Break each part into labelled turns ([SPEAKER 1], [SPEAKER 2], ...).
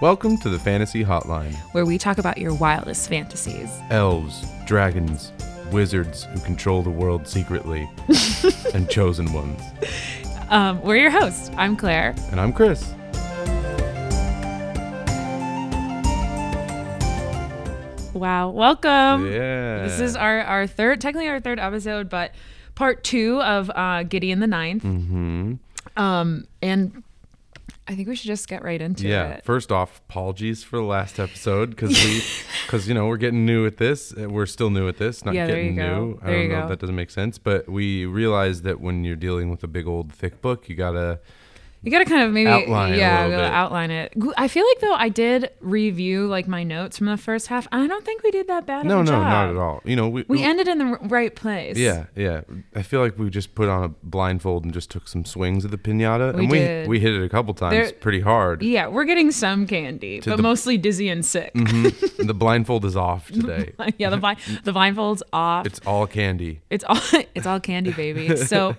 [SPEAKER 1] Welcome to the Fantasy Hotline.
[SPEAKER 2] where we talk about your wildest fantasies.
[SPEAKER 1] Elves, dragons, wizards who control the world secretly, and chosen ones.
[SPEAKER 2] Um, we're your hosts. I'm Claire.
[SPEAKER 1] And I'm Chris.
[SPEAKER 2] Wow. Welcome.
[SPEAKER 1] yeah.
[SPEAKER 2] Um, This is our, our third, technically our third episode, but part two of uh, Gideon the 9th
[SPEAKER 1] hmm
[SPEAKER 2] Um, and I think we should just get right into
[SPEAKER 1] Yeah.
[SPEAKER 2] it.
[SPEAKER 1] First off, apologies for the last episode because we, because you know we're getting new at this. Uh, We're still new at this, not
[SPEAKER 2] Yeah, there
[SPEAKER 1] getting
[SPEAKER 2] you go.
[SPEAKER 1] new. I
[SPEAKER 2] There
[SPEAKER 1] don't
[SPEAKER 2] you
[SPEAKER 1] know if
[SPEAKER 2] go.
[SPEAKER 1] that doesn't make sense, but we realized that when you're dealing with a big old thick book, you gotta.
[SPEAKER 2] You gotta kind of maybe
[SPEAKER 1] Outline it a
[SPEAKER 2] yeah,
[SPEAKER 1] little
[SPEAKER 2] gotta
[SPEAKER 1] bit.
[SPEAKER 2] outline it. Gl- I feel like though I did review like my notes from the first half. and I don't think we did that bad.
[SPEAKER 1] No,
[SPEAKER 2] of
[SPEAKER 1] no,
[SPEAKER 2] a job.
[SPEAKER 1] not at all. You know, we
[SPEAKER 2] We ended in the r- right place.
[SPEAKER 1] Yeah, yeah. I feel like we just put on a blindfold and just took some swings at the pinata,
[SPEAKER 2] We
[SPEAKER 1] and we
[SPEAKER 2] did.
[SPEAKER 1] we hit it a couple times,
[SPEAKER 2] There- e-
[SPEAKER 1] pretty hard.
[SPEAKER 2] Yeah, we're getting some candy, but
[SPEAKER 1] the-
[SPEAKER 2] mostly dizzy and sick.
[SPEAKER 1] Mhm. the blindfold is off today.
[SPEAKER 2] yeah, the blind, the blindfold's off.
[SPEAKER 1] It's all candy.
[SPEAKER 2] It's all it's all candy, baby. So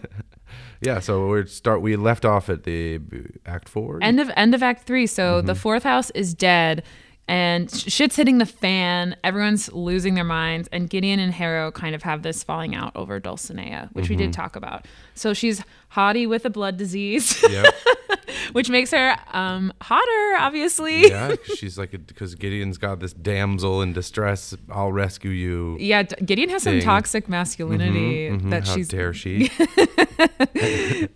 [SPEAKER 1] Yeah. So we start. We left off at the b- act four.
[SPEAKER 2] end of end of Act Three. So
[SPEAKER 1] Mm-hmm.
[SPEAKER 2] the fourth house is dead, and sh- shit's hitting the fan. Everyone's losing their minds, and Gideon and Harrow kind of have this falling out over Dulcinea, which we did
[SPEAKER 1] Mm-hmm.
[SPEAKER 2] talk about. So she's hottie with a blood disease,
[SPEAKER 1] yeah,
[SPEAKER 2] which makes her um, hotter, obviously. Yeah.
[SPEAKER 1] yeah. 'cause She's like, because Gideon's got this damsel in distress. I'll rescue you.
[SPEAKER 2] D- Gideon has
[SPEAKER 1] Thing.
[SPEAKER 2] some toxic masculinity
[SPEAKER 1] Mhm,
[SPEAKER 2] that
[SPEAKER 1] How
[SPEAKER 2] she's
[SPEAKER 1] dare she?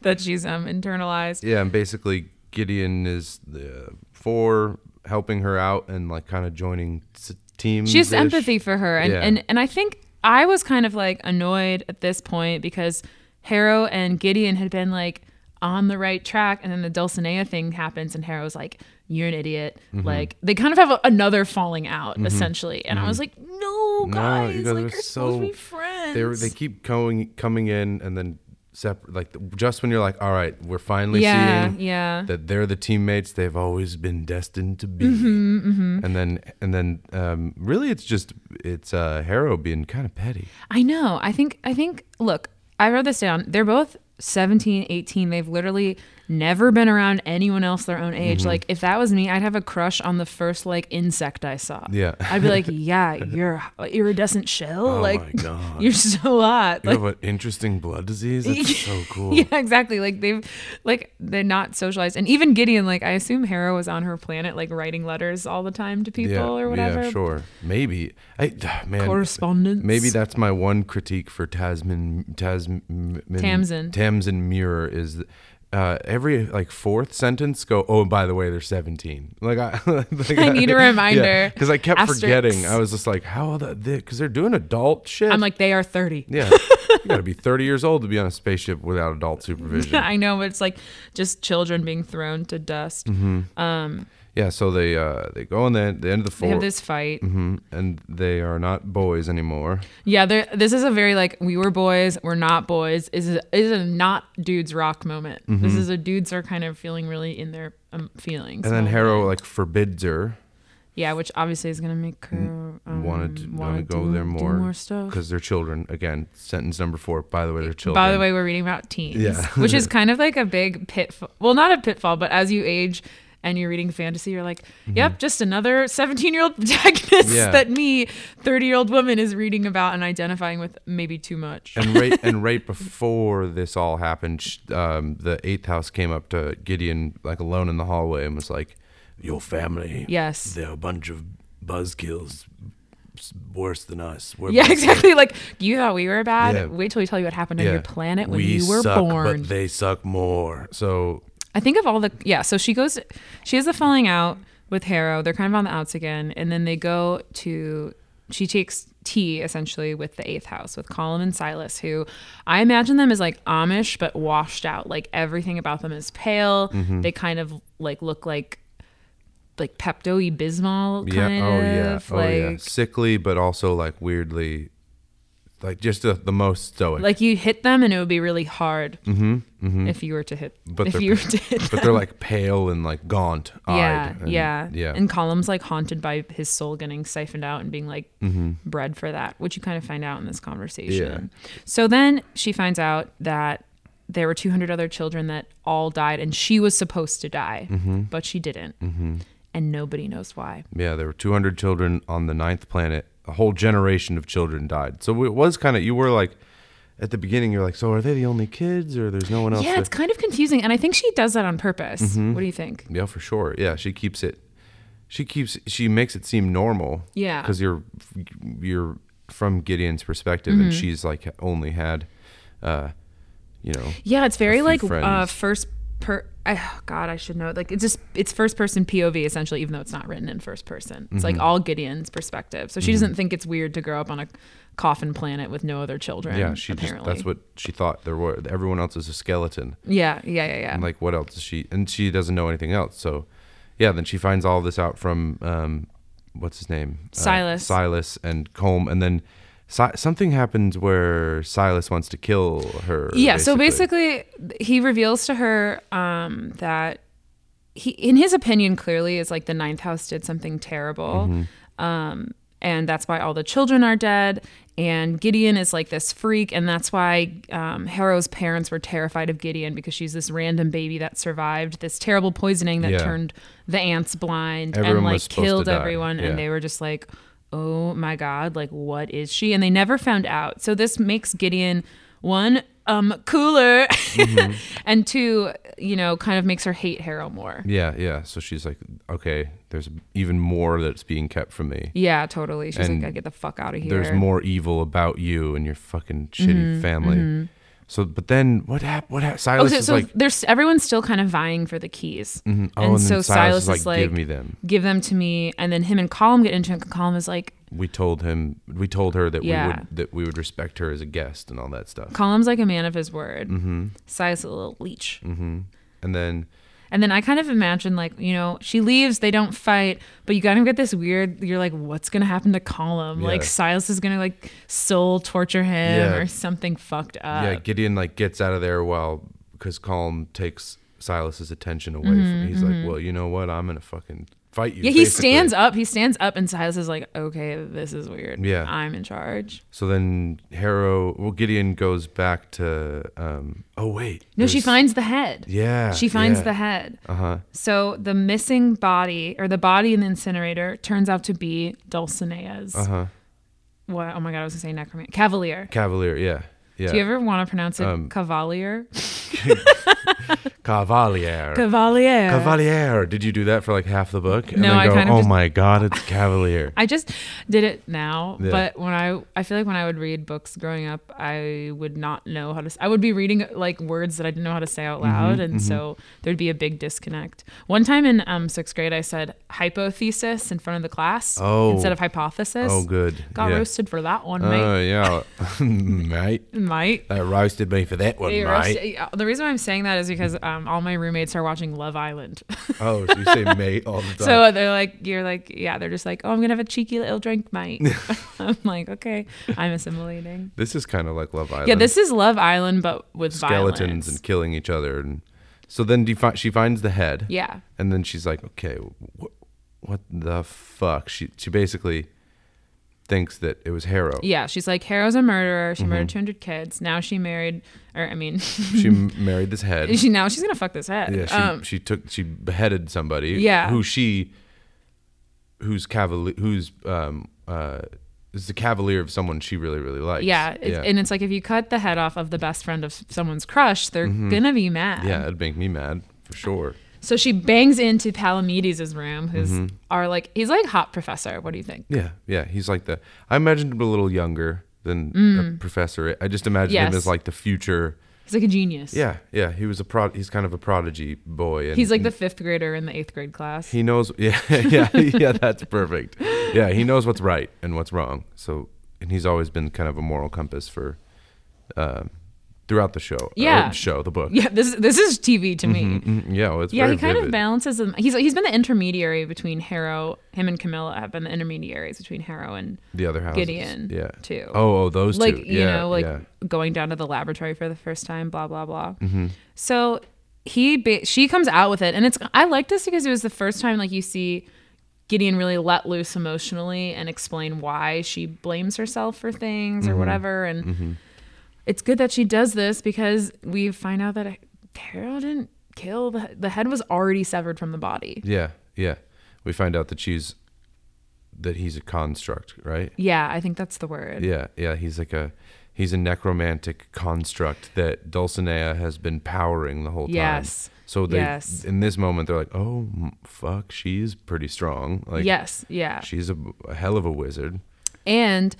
[SPEAKER 2] that she's um internalized.
[SPEAKER 1] Yeah, and basically Gideon is the for helping her out and like kind of joining s- teams.
[SPEAKER 2] She has empathy for her, and,
[SPEAKER 1] Mm, Yeah.
[SPEAKER 2] and and I think I was kind of like annoyed at this point because Harrow and Gideon had been like on the right track, and then the Dulcinea thing happens, and Harrow's like, "You're an idiot."
[SPEAKER 1] Mm-hmm.
[SPEAKER 2] Like they kind of have a, another falling out essentially, and I was like, "No,
[SPEAKER 1] Mm-hmm. No,
[SPEAKER 2] guys,
[SPEAKER 1] you guys
[SPEAKER 2] like
[SPEAKER 1] are
[SPEAKER 2] you're supposed
[SPEAKER 1] so-
[SPEAKER 2] to be friends."
[SPEAKER 1] They they keep going coming in and then separate like just when you're like, all right, we're finally
[SPEAKER 2] yeah,
[SPEAKER 1] seeing
[SPEAKER 2] yeah.
[SPEAKER 1] that they're the teammates they've always been destined to be.
[SPEAKER 2] Mm-hmm,
[SPEAKER 1] And then and then um, really it's just it's uh, Harrow being kind of petty.
[SPEAKER 2] I know. I think I think look, I wrote this down. They're both 17, 18. They've literally never been around anyone else their own age.
[SPEAKER 1] Mm-hmm.
[SPEAKER 2] Like if that was me, I'd have a crush on the first like insect I saw.
[SPEAKER 1] Yeah.
[SPEAKER 2] I'd be like, "Yeah, you're a iridescent shell.
[SPEAKER 1] Oh
[SPEAKER 2] like
[SPEAKER 1] my god.
[SPEAKER 2] you're so hot."
[SPEAKER 1] You
[SPEAKER 2] Like
[SPEAKER 1] have an interesting blood disease. That's so cool.
[SPEAKER 2] yeah, exactly. Like they've like they're not socialized. And even Gideon like I assume Hera was on her planet like writing letters all the time to people or whatever.
[SPEAKER 1] Yeah, sure. Maybe. I man.
[SPEAKER 2] Correspondence.
[SPEAKER 1] Maybe that's my one critique for Tasman Tasman
[SPEAKER 2] Tamsin.
[SPEAKER 1] Tamsin Mirror is uh, every like fourth sentence go. Oh, by the way, they're seventeen. Like I, like,
[SPEAKER 2] I need a reminder.
[SPEAKER 1] because I kept
[SPEAKER 2] Asterisks.
[SPEAKER 1] forgetting. I was just like, how are that? Because they're doing adult shit.
[SPEAKER 2] I'm like they are 30.
[SPEAKER 1] yeah, you got to be thirty years old to be on a spaceship without adult supervision.
[SPEAKER 2] I know, but it's like just children being thrown to dust.
[SPEAKER 1] Mm-hmm. yeah, so they uh, they go on the, the end of the
[SPEAKER 2] They have
[SPEAKER 1] fourth,
[SPEAKER 2] this fight.
[SPEAKER 1] mhm, and they are not boys anymore.
[SPEAKER 2] Yeah, there- this is a very like we were boys, we're not boys. Is a, is a not dudes rock moment.
[SPEAKER 1] Mm-hmm.
[SPEAKER 2] This is a dudes are kind of feeling really in their um, feelings.
[SPEAKER 1] And then
[SPEAKER 2] moment.
[SPEAKER 1] Harrow like forbids her
[SPEAKER 2] yeah, which obviously is gonna make her um,
[SPEAKER 1] wanted to
[SPEAKER 2] wanna
[SPEAKER 1] wanna go
[SPEAKER 2] do-
[SPEAKER 1] there
[SPEAKER 2] do
[SPEAKER 1] more
[SPEAKER 2] more stuff.
[SPEAKER 1] because they're children. Again, sentence number four. By the way, they're children.
[SPEAKER 2] By the way, we're reading about teens,
[SPEAKER 1] Yeah.
[SPEAKER 2] which is kind of like a big pitfall. Well, not a pitfall, but as you age and you're reading fantasy, you're like, yep, just another 17 year old protagonist
[SPEAKER 1] Mm-hmm. Yeah.
[SPEAKER 2] that me, 30 year old woman, is reading about and identifying with maybe too much.
[SPEAKER 1] and right and right before this all happened, sh- um, the eighth house came up to Gideon like alone in the hallway and was like,
[SPEAKER 3] Your family.
[SPEAKER 2] Yes.
[SPEAKER 3] They're a bunch of buzzkills s- worse than us. We're
[SPEAKER 2] yeah,
[SPEAKER 3] buzz-
[SPEAKER 2] exactly. Like you thought we were bad.
[SPEAKER 1] Yeah.
[SPEAKER 2] Wait till we tell you what happened on
[SPEAKER 1] Yeah.
[SPEAKER 2] your planet when
[SPEAKER 3] we
[SPEAKER 2] you were
[SPEAKER 3] suck,
[SPEAKER 2] born.
[SPEAKER 3] But they suck more.
[SPEAKER 1] "So
[SPEAKER 2] I think of all the yeah. So she goes, she has a falling out with Harrow. They're kind of on the outs again, and then they go to. She takes tea essentially with the eighth house with Colin and Silas, who I imagine them as like Amish but washed out. Like everything about them is pale.
[SPEAKER 1] Mm-hmm.
[SPEAKER 2] They kind of like look like like Pepto Bismol
[SPEAKER 1] yeah,
[SPEAKER 2] kind
[SPEAKER 1] oh yeah,
[SPEAKER 2] of
[SPEAKER 1] oh
[SPEAKER 2] like
[SPEAKER 1] yeah, sickly, but also like weirdly, like just the, the most stoic."
[SPEAKER 2] like you hit them and it would be really hard if you were to hit
[SPEAKER 1] Mm-hmm. But
[SPEAKER 2] if
[SPEAKER 1] they're
[SPEAKER 2] you were to hit
[SPEAKER 1] but they're like pale and like gaunt eyed.
[SPEAKER 2] yeah, yeah,
[SPEAKER 1] yeah.
[SPEAKER 2] And Column's like haunted by his soul getting siphoned out and being like bred for that, which you kind of find out in this conversation. So then she finds out that there were 200 other children that all died, and she was supposed to die, but she didn't. and nobody knows why.
[SPEAKER 1] Yeah, there were 200 children on the ninth planet. A whole generation of children died. So it was kind of you were like, at the beginning, you're like, so are they the only kids, or there's no one else?
[SPEAKER 2] Yeah,
[SPEAKER 1] there?
[SPEAKER 2] it's kind of confusing, and I think she does that on purpose. What do you think?
[SPEAKER 1] yeah, for sure. Yeah, she keeps it. She keeps. She makes it seem normal.
[SPEAKER 2] Yeah.
[SPEAKER 1] because you're you're from Gideon's perspective,
[SPEAKER 2] Mm-hmm.
[SPEAKER 1] and she's like only had, uh, you know,
[SPEAKER 2] Yeah, it's very
[SPEAKER 1] few
[SPEAKER 2] like uh,
[SPEAKER 1] friends.
[SPEAKER 2] first per. I, oh God, I should know. it. Like it's just it's first person POV essentially, even though it's not written in first person. It's
[SPEAKER 1] Mm-hmm.
[SPEAKER 2] like all Gideon's perspective. So she doesn't think it's weird to grow up on a coffin planet with no other children.
[SPEAKER 1] yeah. She
[SPEAKER 2] apparently.
[SPEAKER 1] just that's what she thought. There were everyone else is a skeleton.
[SPEAKER 2] Yeah, yeah, yeah, yeah.
[SPEAKER 1] And like, what else is she? And she doesn't know anything else. So, yeah, then she finds all this out from um, what's his name? Uh,
[SPEAKER 2] Silas.
[SPEAKER 1] Silas and Colm, and then si- something happens where Silas wants to kill her.
[SPEAKER 2] yeah so basically he reveals to her um that he in his opinion clearly is like the ninth house did something terrible um and that's why all the children are dead and gideon is like this freak and that's why um, harrow's parents were terrified of gideon because she's this random baby that survived this terrible poisoning that
[SPEAKER 1] Yeah.
[SPEAKER 2] turned the ants blind and
[SPEAKER 1] Everyone was
[SPEAKER 2] like
[SPEAKER 1] supposed to
[SPEAKER 2] killed
[SPEAKER 1] die.
[SPEAKER 2] everyone
[SPEAKER 1] Yeah.
[SPEAKER 2] and they were just like oh my god like what is she and they never found out so this makes gideon one um cooler
[SPEAKER 1] Mm-hmm.
[SPEAKER 2] and two you know kind of makes her hate harrow more
[SPEAKER 1] Yeah, yeah. So she's like, okay, there's even more that's being kept from me.
[SPEAKER 2] yeah totally she's
[SPEAKER 1] And
[SPEAKER 2] like i get the fuck out of here
[SPEAKER 1] There's more evil about you and your fucking shitty
[SPEAKER 2] Mm-hmm,
[SPEAKER 1] family. So, but then what happened? What happened?
[SPEAKER 2] oh
[SPEAKER 1] Silas
[SPEAKER 2] so,
[SPEAKER 1] is
[SPEAKER 2] so
[SPEAKER 1] like,
[SPEAKER 2] there's everyone's still kind of vying for the keys
[SPEAKER 1] mm, oh,
[SPEAKER 2] and
[SPEAKER 1] and, then
[SPEAKER 2] so
[SPEAKER 1] Silas,
[SPEAKER 2] Silas is
[SPEAKER 1] is like, give
[SPEAKER 2] like-
[SPEAKER 1] me them.
[SPEAKER 2] give them to me and then him and colm get into it and colm is like
[SPEAKER 1] we told him we told her that we
[SPEAKER 2] Yeah.
[SPEAKER 1] would that we would respect her as a guest and all that stuff
[SPEAKER 2] colm's like a man of his word mm-hmm. silas is a little leech
[SPEAKER 1] Mm-hmm. and then
[SPEAKER 2] And then I kind of imagine like, you know, she leaves, they don't fight, but you kind of get this weird you're like, what's gonna happen to Colum? Like
[SPEAKER 1] Yeah.
[SPEAKER 2] Silas is gonna like soul torture him
[SPEAKER 1] Yeah.
[SPEAKER 2] or something fucked up.
[SPEAKER 1] yeah gideon like gets out of there while because calm takes silas's attention away from he's like well you know what i'm gonna fucking fight you
[SPEAKER 2] Mm-hmm, Yeah, he
[SPEAKER 1] basically.
[SPEAKER 2] stands up. He stands up, and Silas is like, "Okay, this is weird.
[SPEAKER 1] Yeah.
[SPEAKER 2] I'm in charge."
[SPEAKER 1] so then harrow well gideon goes back to um oh wait
[SPEAKER 2] No, she
[SPEAKER 1] there's-
[SPEAKER 2] finds the head.
[SPEAKER 1] yeah
[SPEAKER 2] she finds
[SPEAKER 1] Uh, yeah.
[SPEAKER 2] the head.
[SPEAKER 1] uh-huh
[SPEAKER 2] So the missing body, or the body in the incinerator, turns out to be Dulcinea's.
[SPEAKER 1] uh-huh
[SPEAKER 2] What? Oh my god, I was gonna say necromancer, cavalier.
[SPEAKER 1] cavalier yeah yeah Um,
[SPEAKER 2] Do you ever want to pronounce it cavalier?
[SPEAKER 1] cavalier
[SPEAKER 2] Cavalier.
[SPEAKER 1] cavalier did you do that for like half the book and
[SPEAKER 2] No,
[SPEAKER 1] then
[SPEAKER 2] I
[SPEAKER 1] go
[SPEAKER 2] kind of
[SPEAKER 1] oh
[SPEAKER 2] just-
[SPEAKER 1] my god it's cavalier
[SPEAKER 2] I just did it now,
[SPEAKER 1] Yeah.
[SPEAKER 2] but when I I feel like when I would read books growing up, I would not know how to. s- I would be reading like words that I didn't know how to say out
[SPEAKER 1] Mm-hmm,
[SPEAKER 2] loud, and so there'd be a big disconnect. One time in um, sixth grade, I said hypothesis in front of the class
[SPEAKER 1] Oh.
[SPEAKER 2] instead of hypothesis.
[SPEAKER 1] oh good
[SPEAKER 2] Got
[SPEAKER 1] yeah.
[SPEAKER 2] roasted for that one,
[SPEAKER 1] Oh,
[SPEAKER 2] mate.
[SPEAKER 1] yeah. mate.
[SPEAKER 2] Mate.
[SPEAKER 1] They roasted me for that one,
[SPEAKER 2] They
[SPEAKER 1] mate.
[SPEAKER 2] roast- yeah, the reason why I'm saying that is because um, all my roommates are watching Love Island.
[SPEAKER 1] Oh, so you say mate all the time.
[SPEAKER 2] So uh, they're like, you're like, yeah, they're just like, oh, I'm gonna have a cheeky little drink, mate. I'm like, okay, I'm assimilating.
[SPEAKER 1] this is kind of like Love Island.
[SPEAKER 2] Yeah, this is Love Island, but with
[SPEAKER 1] Uh, skeletons
[SPEAKER 2] violence.
[SPEAKER 1] and killing each other. And so then do you fi- she finds the head.
[SPEAKER 2] yeah,
[SPEAKER 1] And then she's like, okay, wh- what the fuck? She she basically thinks that it was Harrow.
[SPEAKER 2] yeah. She's like, Harrow's a murderer. She
[SPEAKER 1] Mm-hmm.
[SPEAKER 2] murdered 200 kids. Now she married, or I mean,
[SPEAKER 1] She m- married this head.
[SPEAKER 2] she now she's gonna fuck this head.
[SPEAKER 1] yeah, she,
[SPEAKER 2] um,
[SPEAKER 1] she took she beheaded somebody.
[SPEAKER 2] Yeah.
[SPEAKER 1] who she, who's cavalier, who's um uh, is the cavalier of someone she really really likes.
[SPEAKER 2] yeah, it's- and it's like if you cut the head off of the best friend of someone's crush, they're gonna be mad.
[SPEAKER 1] Mm-hmm. Yeah, it'd make me mad for sure.
[SPEAKER 2] So she bangs into Palamedes' room, who's
[SPEAKER 1] Mm-hmm.
[SPEAKER 2] are like he's like hot professor. What do you think?
[SPEAKER 1] Yeah, yeah. He's like the. I imagined him a little younger than a professor. I just imagined
[SPEAKER 2] Mm. Yes.
[SPEAKER 1] him as like the future.
[SPEAKER 2] He's like a genius.
[SPEAKER 1] Yeah, yeah. He was a prod. He's kind of a prodigy boy. And
[SPEAKER 2] He's like the fifth grader in the eighth grade class.
[SPEAKER 1] He knows. Yeah, yeah, yeah. That's perfect. Yeah, he knows what's right and what's wrong. So, and he's always been kind of a moral compass for, uh, throughout the show. or
[SPEAKER 2] Yeah.
[SPEAKER 1] show the book.
[SPEAKER 2] yeah, this this is TV to me.
[SPEAKER 1] Mm, yeah, well, it's
[SPEAKER 2] Yeah,
[SPEAKER 1] very
[SPEAKER 2] he kind of
[SPEAKER 1] vivid.
[SPEAKER 2] balances them. He's he's been the intermediary between Harrow, him and Camilla have been the intermediaries between Harrow and
[SPEAKER 1] the other house.
[SPEAKER 2] Gideon,
[SPEAKER 1] Yeah.
[SPEAKER 2] too.
[SPEAKER 1] Oh, oh, those
[SPEAKER 2] like
[SPEAKER 1] two.
[SPEAKER 2] you
[SPEAKER 1] yeah,
[SPEAKER 2] know like
[SPEAKER 1] yeah.
[SPEAKER 2] going down to the laboratory for the first time. Blah blah blah.
[SPEAKER 1] Mm-hmm.
[SPEAKER 2] So he ba- she comes out with it, and it's I like this because it was the first time like you see. Gideon really let loose emotionally and explain why she blames herself for things
[SPEAKER 1] Mm-hmm.
[SPEAKER 2] or whatever. And it's good that she does this because we find out that Carol didn't kill the the head was already severed from the body.
[SPEAKER 1] Yeah, yeah. we find out that she's that he's a construct, right?
[SPEAKER 2] Yeah, I think that's the word.
[SPEAKER 1] Yeah, yeah. He's like a he's a necromantic construct that Dulcinea has been powering the whole time.
[SPEAKER 2] Yes.
[SPEAKER 1] So they
[SPEAKER 2] Yes.
[SPEAKER 1] in this moment they're like, oh m- fuck, she's pretty strong. Like
[SPEAKER 2] yes, yeah.
[SPEAKER 1] she's a, a hell of a wizard.
[SPEAKER 2] And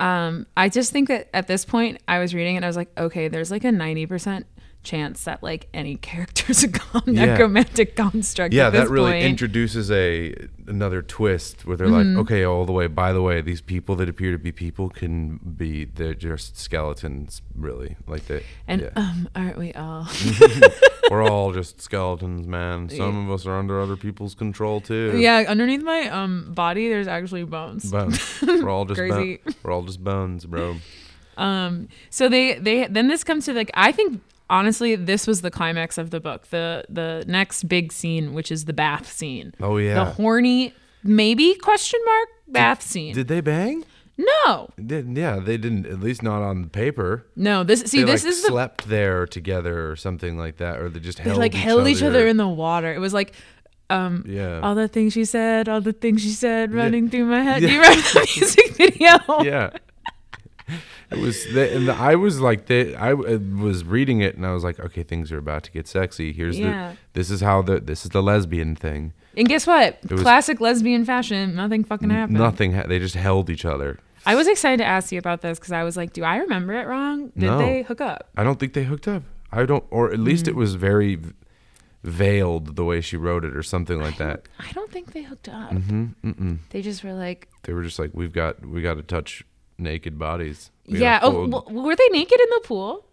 [SPEAKER 2] um, I just think that at this point, I was reading it, and I was like, okay, there's like a 90% chance that like any character's a con-
[SPEAKER 1] Yeah.
[SPEAKER 2] necromantic construct.
[SPEAKER 1] Yeah,
[SPEAKER 2] at this
[SPEAKER 1] that really
[SPEAKER 2] point. Mm-hmm.
[SPEAKER 1] introduces a another twist where they're like, okay, all the way. By the way, these people that appear to be people can be they're just skeletons, really. Like they,
[SPEAKER 2] And
[SPEAKER 1] yeah.
[SPEAKER 2] um, aren't we all?
[SPEAKER 1] we're all just skeletons, man. Some of us are under other people's control too.
[SPEAKER 2] yeah, underneath my um body, there's actually bones.
[SPEAKER 1] bones. We're all just
[SPEAKER 2] Crazy.
[SPEAKER 1] bo- we're all just bones, bro.
[SPEAKER 2] Um, so they they then this comes to like I think honestly this was the climax of the book. The the next big scene, which is the bath scene.
[SPEAKER 1] Oh yeah.
[SPEAKER 2] The horny maybe question mark bath scene.
[SPEAKER 1] Did they bang?
[SPEAKER 2] no,
[SPEAKER 1] Did, yeah, they didn't. At least not on paper.
[SPEAKER 2] no. This see
[SPEAKER 1] They
[SPEAKER 2] this
[SPEAKER 1] like
[SPEAKER 2] is the
[SPEAKER 1] slept there together or something like that, or they just
[SPEAKER 2] they
[SPEAKER 1] held
[SPEAKER 2] like
[SPEAKER 1] each
[SPEAKER 2] held
[SPEAKER 1] other.
[SPEAKER 2] each other in the water. It was like
[SPEAKER 1] yeah.
[SPEAKER 2] all the things she said, all the things she said, running through my head. Do you remember the music video?
[SPEAKER 1] yeah. It was, the, and the, I was like, the, I uh, was reading it, and I was like, okay, things are about to get sexy. Here's
[SPEAKER 2] Yeah.
[SPEAKER 1] the, this is how the, this is the lesbian thing.
[SPEAKER 2] And guess what?
[SPEAKER 1] was-
[SPEAKER 2] Classic lesbian fashion. Nothing fucking happened.
[SPEAKER 1] Nothing, ha- they just held each other.
[SPEAKER 2] I was excited to ask you about this because I was like, do I remember it wrong? Did
[SPEAKER 1] No.
[SPEAKER 2] they hook up?
[SPEAKER 1] I don't think they hooked up. I don't, or at least it
[SPEAKER 2] Hmm.
[SPEAKER 1] was very v- veiled the way she wrote it, or something like that.
[SPEAKER 2] I don't think they hooked up.
[SPEAKER 1] Mm-hmm,
[SPEAKER 2] They just were like,
[SPEAKER 1] They were just like, we've got, we got to touch naked bodies. We
[SPEAKER 2] yeah.
[SPEAKER 1] gotta
[SPEAKER 2] Oh,
[SPEAKER 1] hold-
[SPEAKER 2] well, were they naked in the pool?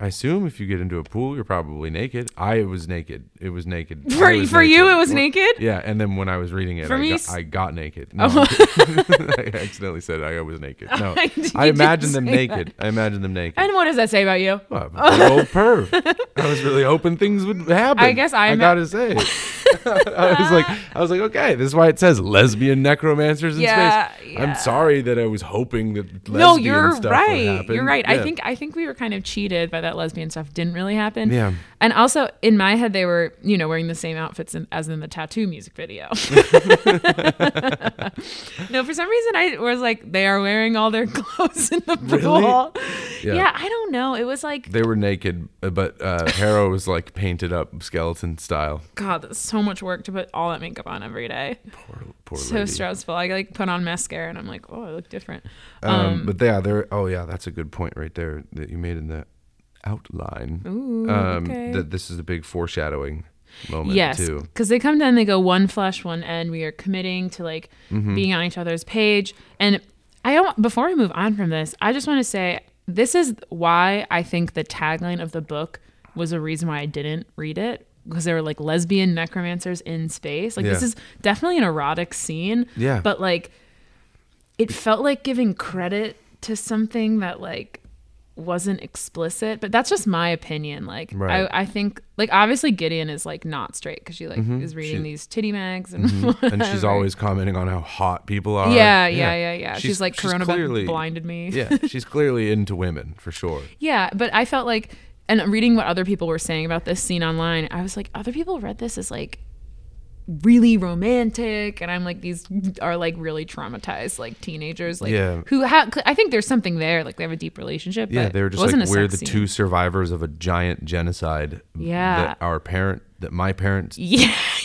[SPEAKER 1] I assume if you get into a pool, you're probably naked. I was naked. It was naked. I
[SPEAKER 2] For-
[SPEAKER 1] was
[SPEAKER 2] for you, it was
[SPEAKER 1] Well,
[SPEAKER 2] naked?
[SPEAKER 1] Yeah, and then when I was reading it,
[SPEAKER 2] For
[SPEAKER 1] I,
[SPEAKER 2] me,
[SPEAKER 1] got,
[SPEAKER 2] s- Oh.
[SPEAKER 1] I got naked. No, I'm kidding. I accidentally said I was naked. No,
[SPEAKER 2] I didn't
[SPEAKER 1] I imagined them
[SPEAKER 2] say that.
[SPEAKER 1] naked. I imagined them naked.
[SPEAKER 2] And what does that say about you?
[SPEAKER 1] Well, I'm a big old perv. I was really hoping things would happen.
[SPEAKER 2] I guess I
[SPEAKER 1] I
[SPEAKER 2] ima-
[SPEAKER 1] gotta say, I was like, I was like, okay, this is why it says lesbian necromancers in
[SPEAKER 2] Yeah,
[SPEAKER 1] space.
[SPEAKER 2] yeah.
[SPEAKER 1] I'm sorry that I was hoping that lesbian
[SPEAKER 2] No, you're
[SPEAKER 1] stuff Would
[SPEAKER 2] right.
[SPEAKER 1] happen.
[SPEAKER 2] You're right. I
[SPEAKER 1] Yeah.
[SPEAKER 2] think I think we were kind of cheated by that lesbian stuff. Didn't really happen.
[SPEAKER 1] Yeah.
[SPEAKER 2] And also in my head, they were you know wearing the same outfits in, as in the tattoo music video. no, for some reason I was like they are wearing all their clothes in the
[SPEAKER 1] Really?
[SPEAKER 2] pool.
[SPEAKER 1] Yeah.
[SPEAKER 2] yeah, I don't know. It was like
[SPEAKER 1] They were naked, but uh, Harrow was like painted up skeleton style.
[SPEAKER 2] God, that's so much work to put all that makeup on every day.
[SPEAKER 1] Poor, poor
[SPEAKER 2] so
[SPEAKER 1] lady.
[SPEAKER 2] stressful. I like put on mascara and I'm like, oh, I look different.
[SPEAKER 1] Um, but yeah, they're oh yeah, that's a good point right there that you made in the outline. Um,
[SPEAKER 2] Ooh, okay.
[SPEAKER 1] That this is a big foreshadowing moment
[SPEAKER 2] Yes,
[SPEAKER 1] too.
[SPEAKER 2] because they come down, they go one flesh, one end. We are committing to like
[SPEAKER 1] Mm-hmm.
[SPEAKER 2] being on each other's page. And I don't. Before we move on from this, I just want to say this is why I think the tagline of the book was a reason why I didn't read it because they were like lesbian necromancers in space. Like this
[SPEAKER 1] Yeah.
[SPEAKER 2] is definitely an erotic scene.
[SPEAKER 1] Yeah.
[SPEAKER 2] but like it felt like giving credit to something that like wasn't explicit but that's just my opinion like
[SPEAKER 1] Right.
[SPEAKER 2] I, I think like obviously gideon is like not straight because she like
[SPEAKER 1] Mm-hmm.
[SPEAKER 2] is reading
[SPEAKER 1] She- Mm-hmm.
[SPEAKER 2] these titty mags and
[SPEAKER 1] And she's
[SPEAKER 2] whatever.
[SPEAKER 1] always commenting on how hot people are.
[SPEAKER 2] yeah, yeah yeah yeah she's, like corona
[SPEAKER 1] clearly-
[SPEAKER 2] blinded me
[SPEAKER 1] yeah, she's clearly into women for sure.
[SPEAKER 2] Yeah, but I felt like, and reading what other people were saying about this scene online, I was like, other people read this as like really romantic, and I'm like, these are like really traumatized like teenagers, like
[SPEAKER 1] Yeah.
[SPEAKER 2] who ha- I think there's something there, like they have a deep relationship.
[SPEAKER 1] Yeah,
[SPEAKER 2] but
[SPEAKER 1] they were
[SPEAKER 2] it
[SPEAKER 1] just
[SPEAKER 2] wasn't
[SPEAKER 1] like
[SPEAKER 2] a
[SPEAKER 1] we're
[SPEAKER 2] sex
[SPEAKER 1] the
[SPEAKER 2] scene.
[SPEAKER 1] two survivors of a giant genocide.
[SPEAKER 2] Yeah.
[SPEAKER 1] that our parent, that my parents
[SPEAKER 2] Yeah,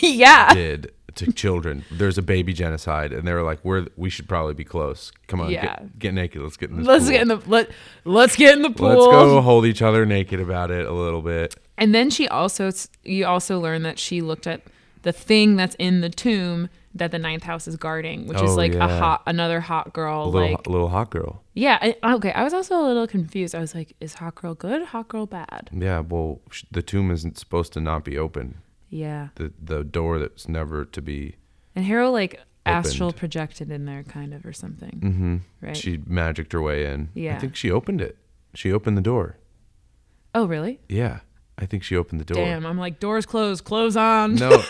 [SPEAKER 2] yeah.
[SPEAKER 1] did to children. There's a baby genocide, and they were like, "We're we should probably be close. Come on,
[SPEAKER 2] Yeah.
[SPEAKER 1] get, get naked. Let's get in this.
[SPEAKER 2] Let's
[SPEAKER 1] pool.
[SPEAKER 2] get in the let let's get in the pool.
[SPEAKER 1] Let's go hold each other naked about it a little bit.
[SPEAKER 2] And then she also you also learn that she looked at the thing that's in the tomb that the ninth house is guarding, which is
[SPEAKER 1] Oh,
[SPEAKER 2] like a
[SPEAKER 1] yeah.
[SPEAKER 2] hot another hot girl
[SPEAKER 1] A little
[SPEAKER 2] like
[SPEAKER 1] little hot girl.
[SPEAKER 2] Yeah. I, okay. I was also a little confused. I was like, is hot girl good? Hot girl bad?
[SPEAKER 1] Yeah. Well, sh- the tomb isn't supposed to not be open.
[SPEAKER 2] Yeah.
[SPEAKER 1] The the door that's never to be.
[SPEAKER 2] And Hero like astral projected in there, kind of, or something. Mm-hmm. Right.
[SPEAKER 1] She magicked her way in.
[SPEAKER 2] Yeah.
[SPEAKER 1] I think she opened it. She opened the door.
[SPEAKER 2] oh, really?
[SPEAKER 1] Yeah. I think she opened the door.
[SPEAKER 2] Damn. I'm like, doors closed, clothes on.
[SPEAKER 1] No.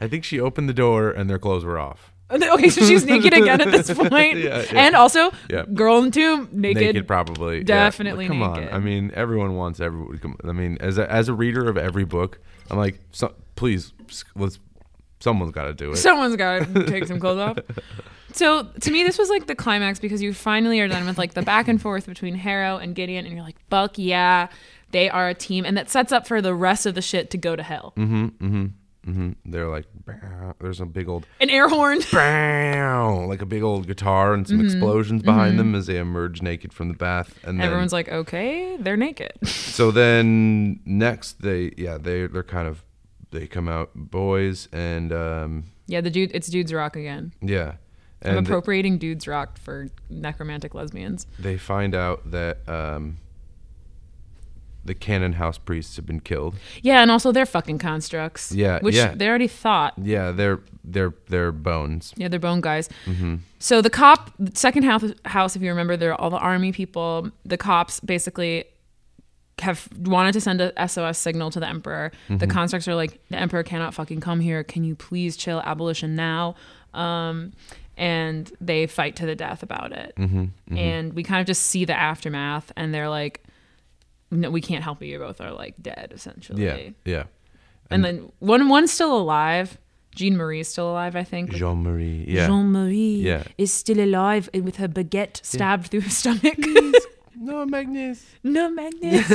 [SPEAKER 1] I think she opened the door and their clothes were off.
[SPEAKER 2] okay, so she's naked again at this point.
[SPEAKER 1] Yeah, yeah.
[SPEAKER 2] And also,
[SPEAKER 1] Yeah.
[SPEAKER 2] girl in the tomb, naked.
[SPEAKER 1] naked, probably Yeah.
[SPEAKER 2] Definitely
[SPEAKER 1] come
[SPEAKER 2] naked.
[SPEAKER 1] on i mean everyone wants every come- i mean as a, as a reader of every book i'm like so, please s- let's Someone's got to do it.
[SPEAKER 2] Someone's got to take some clothes off. So to me, this was like the climax because you finally are done with like the back and forth between Harrow and Gideon, and you're like, "Fuck yeah, they are a team," and that sets up for the rest of the shit to go to hell.
[SPEAKER 1] Mm-hmm. hmm They're like, "Bow." there's a big old,
[SPEAKER 2] An air horn.
[SPEAKER 1] bow, like a big old guitar and some
[SPEAKER 2] Mm-hmm.
[SPEAKER 1] explosions behind them as they emerge naked from the bath. And then,
[SPEAKER 2] Everyone's like, "Okay, they're naked."
[SPEAKER 1] so then next they, yeah, they they're kind of, they come out boys and um,
[SPEAKER 2] yeah, the dude. It's dudes rock again.
[SPEAKER 1] yeah,
[SPEAKER 2] I'm
[SPEAKER 1] and
[SPEAKER 2] appropriating dudes rock for necromantic lesbians.
[SPEAKER 1] they find out that um, the Cannon House priests have been killed.
[SPEAKER 2] Yeah, and also they're fucking constructs.
[SPEAKER 1] Yeah,
[SPEAKER 2] which
[SPEAKER 1] yeah.
[SPEAKER 2] they already thought.
[SPEAKER 1] Yeah, they're they're they're bones.
[SPEAKER 2] Yeah, they're bone guys.
[SPEAKER 1] Mm-hmm.
[SPEAKER 2] So the cop, the second house, house, if you remember, they're all the army people. The cops basically have wanted to send a SOS signal to the emperor.
[SPEAKER 1] Mm-hmm.
[SPEAKER 2] The constructs are like, the emperor cannot fucking come here. Can you please chill abolition now? Um, and they fight to the death about it.
[SPEAKER 1] Mm-hmm.
[SPEAKER 2] And we kind of just see the aftermath, and they're like, "No, we can't help you. You both are like dead, essentially."
[SPEAKER 1] Yeah, yeah.
[SPEAKER 2] And then one one's still alive. Jean Marie's still alive, I think.
[SPEAKER 1] Jean Marie. Yeah.
[SPEAKER 2] Jean Marie
[SPEAKER 1] Yeah.
[SPEAKER 2] is still alive and with her baguette stabbed through her stomach.
[SPEAKER 1] no, Magnus.
[SPEAKER 2] no, Magnus.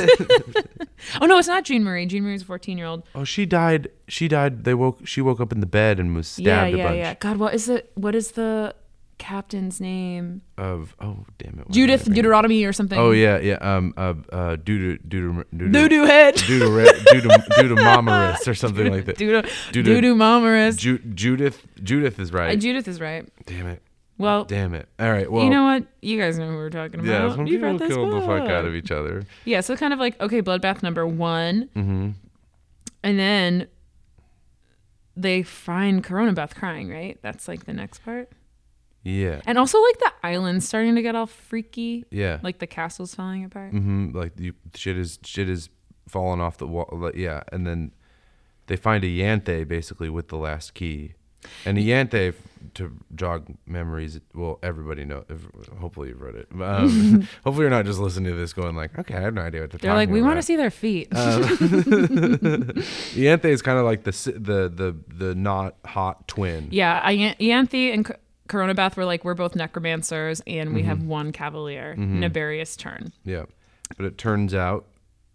[SPEAKER 2] oh, no, it's not Jean Marie. Jean Marie's a 14 year old.
[SPEAKER 1] Oh, she died. She died. They woke. She woke up in the bed and was
[SPEAKER 2] Yeah,
[SPEAKER 1] stabbed a
[SPEAKER 2] yeah,
[SPEAKER 1] bunch
[SPEAKER 2] yeah. God, what is the what is the captain's name?
[SPEAKER 1] of. Oh, damn it. what did I
[SPEAKER 2] Judith
[SPEAKER 1] bring up?
[SPEAKER 2] Deuteronomy or something.
[SPEAKER 1] Oh yeah, yeah. Um, uh, uh, Deuter, Deuter,
[SPEAKER 2] Doo
[SPEAKER 1] Deuter,
[SPEAKER 2] doo head.
[SPEAKER 1] Deuter, Deuter, Deuteromaris or something like that.
[SPEAKER 2] Doo
[SPEAKER 1] Doo-doo-
[SPEAKER 2] doo momerous.
[SPEAKER 1] Ju- Judith, Judith is right.
[SPEAKER 2] Uh, Judith is right.
[SPEAKER 1] damn it.
[SPEAKER 2] Well,
[SPEAKER 1] Damn it. All right. Well,
[SPEAKER 2] you know what? You guys know who we're talking about.
[SPEAKER 1] yeah. Some
[SPEAKER 2] You brought
[SPEAKER 1] people
[SPEAKER 2] this
[SPEAKER 1] killed the fuck
[SPEAKER 2] up.
[SPEAKER 1] out of each other.
[SPEAKER 2] Yeah, so kind of like okay, bloodbath number one, mm-hmm. and then they find Corona Beth crying. Right, that's like the next part,
[SPEAKER 1] Yeah.
[SPEAKER 2] and also like the island's starting to get all freaky.
[SPEAKER 1] Yeah.
[SPEAKER 2] like the castle's falling apart.
[SPEAKER 1] hmm Like you, shit is shit is falling off the wall. like, Yeah, and then they find a Yanthe basically with the last key, and a Yanthe f- to jog memories. Well, everybody know. If, hopefully you wrote it. Um, hopefully you're not just listening to this going like, okay, I Uh, have no idea what to.
[SPEAKER 2] They're like, we want to see their feet.
[SPEAKER 1] Yanthe is kind of like the si- the the the not hot twin.
[SPEAKER 2] yeah, I, Ianthe and Corona Beth were like, we're both necromancers, and
[SPEAKER 1] Mm-hmm.
[SPEAKER 2] we have one cavalier, Nabarius Turn.
[SPEAKER 1] Yeah, but it turns out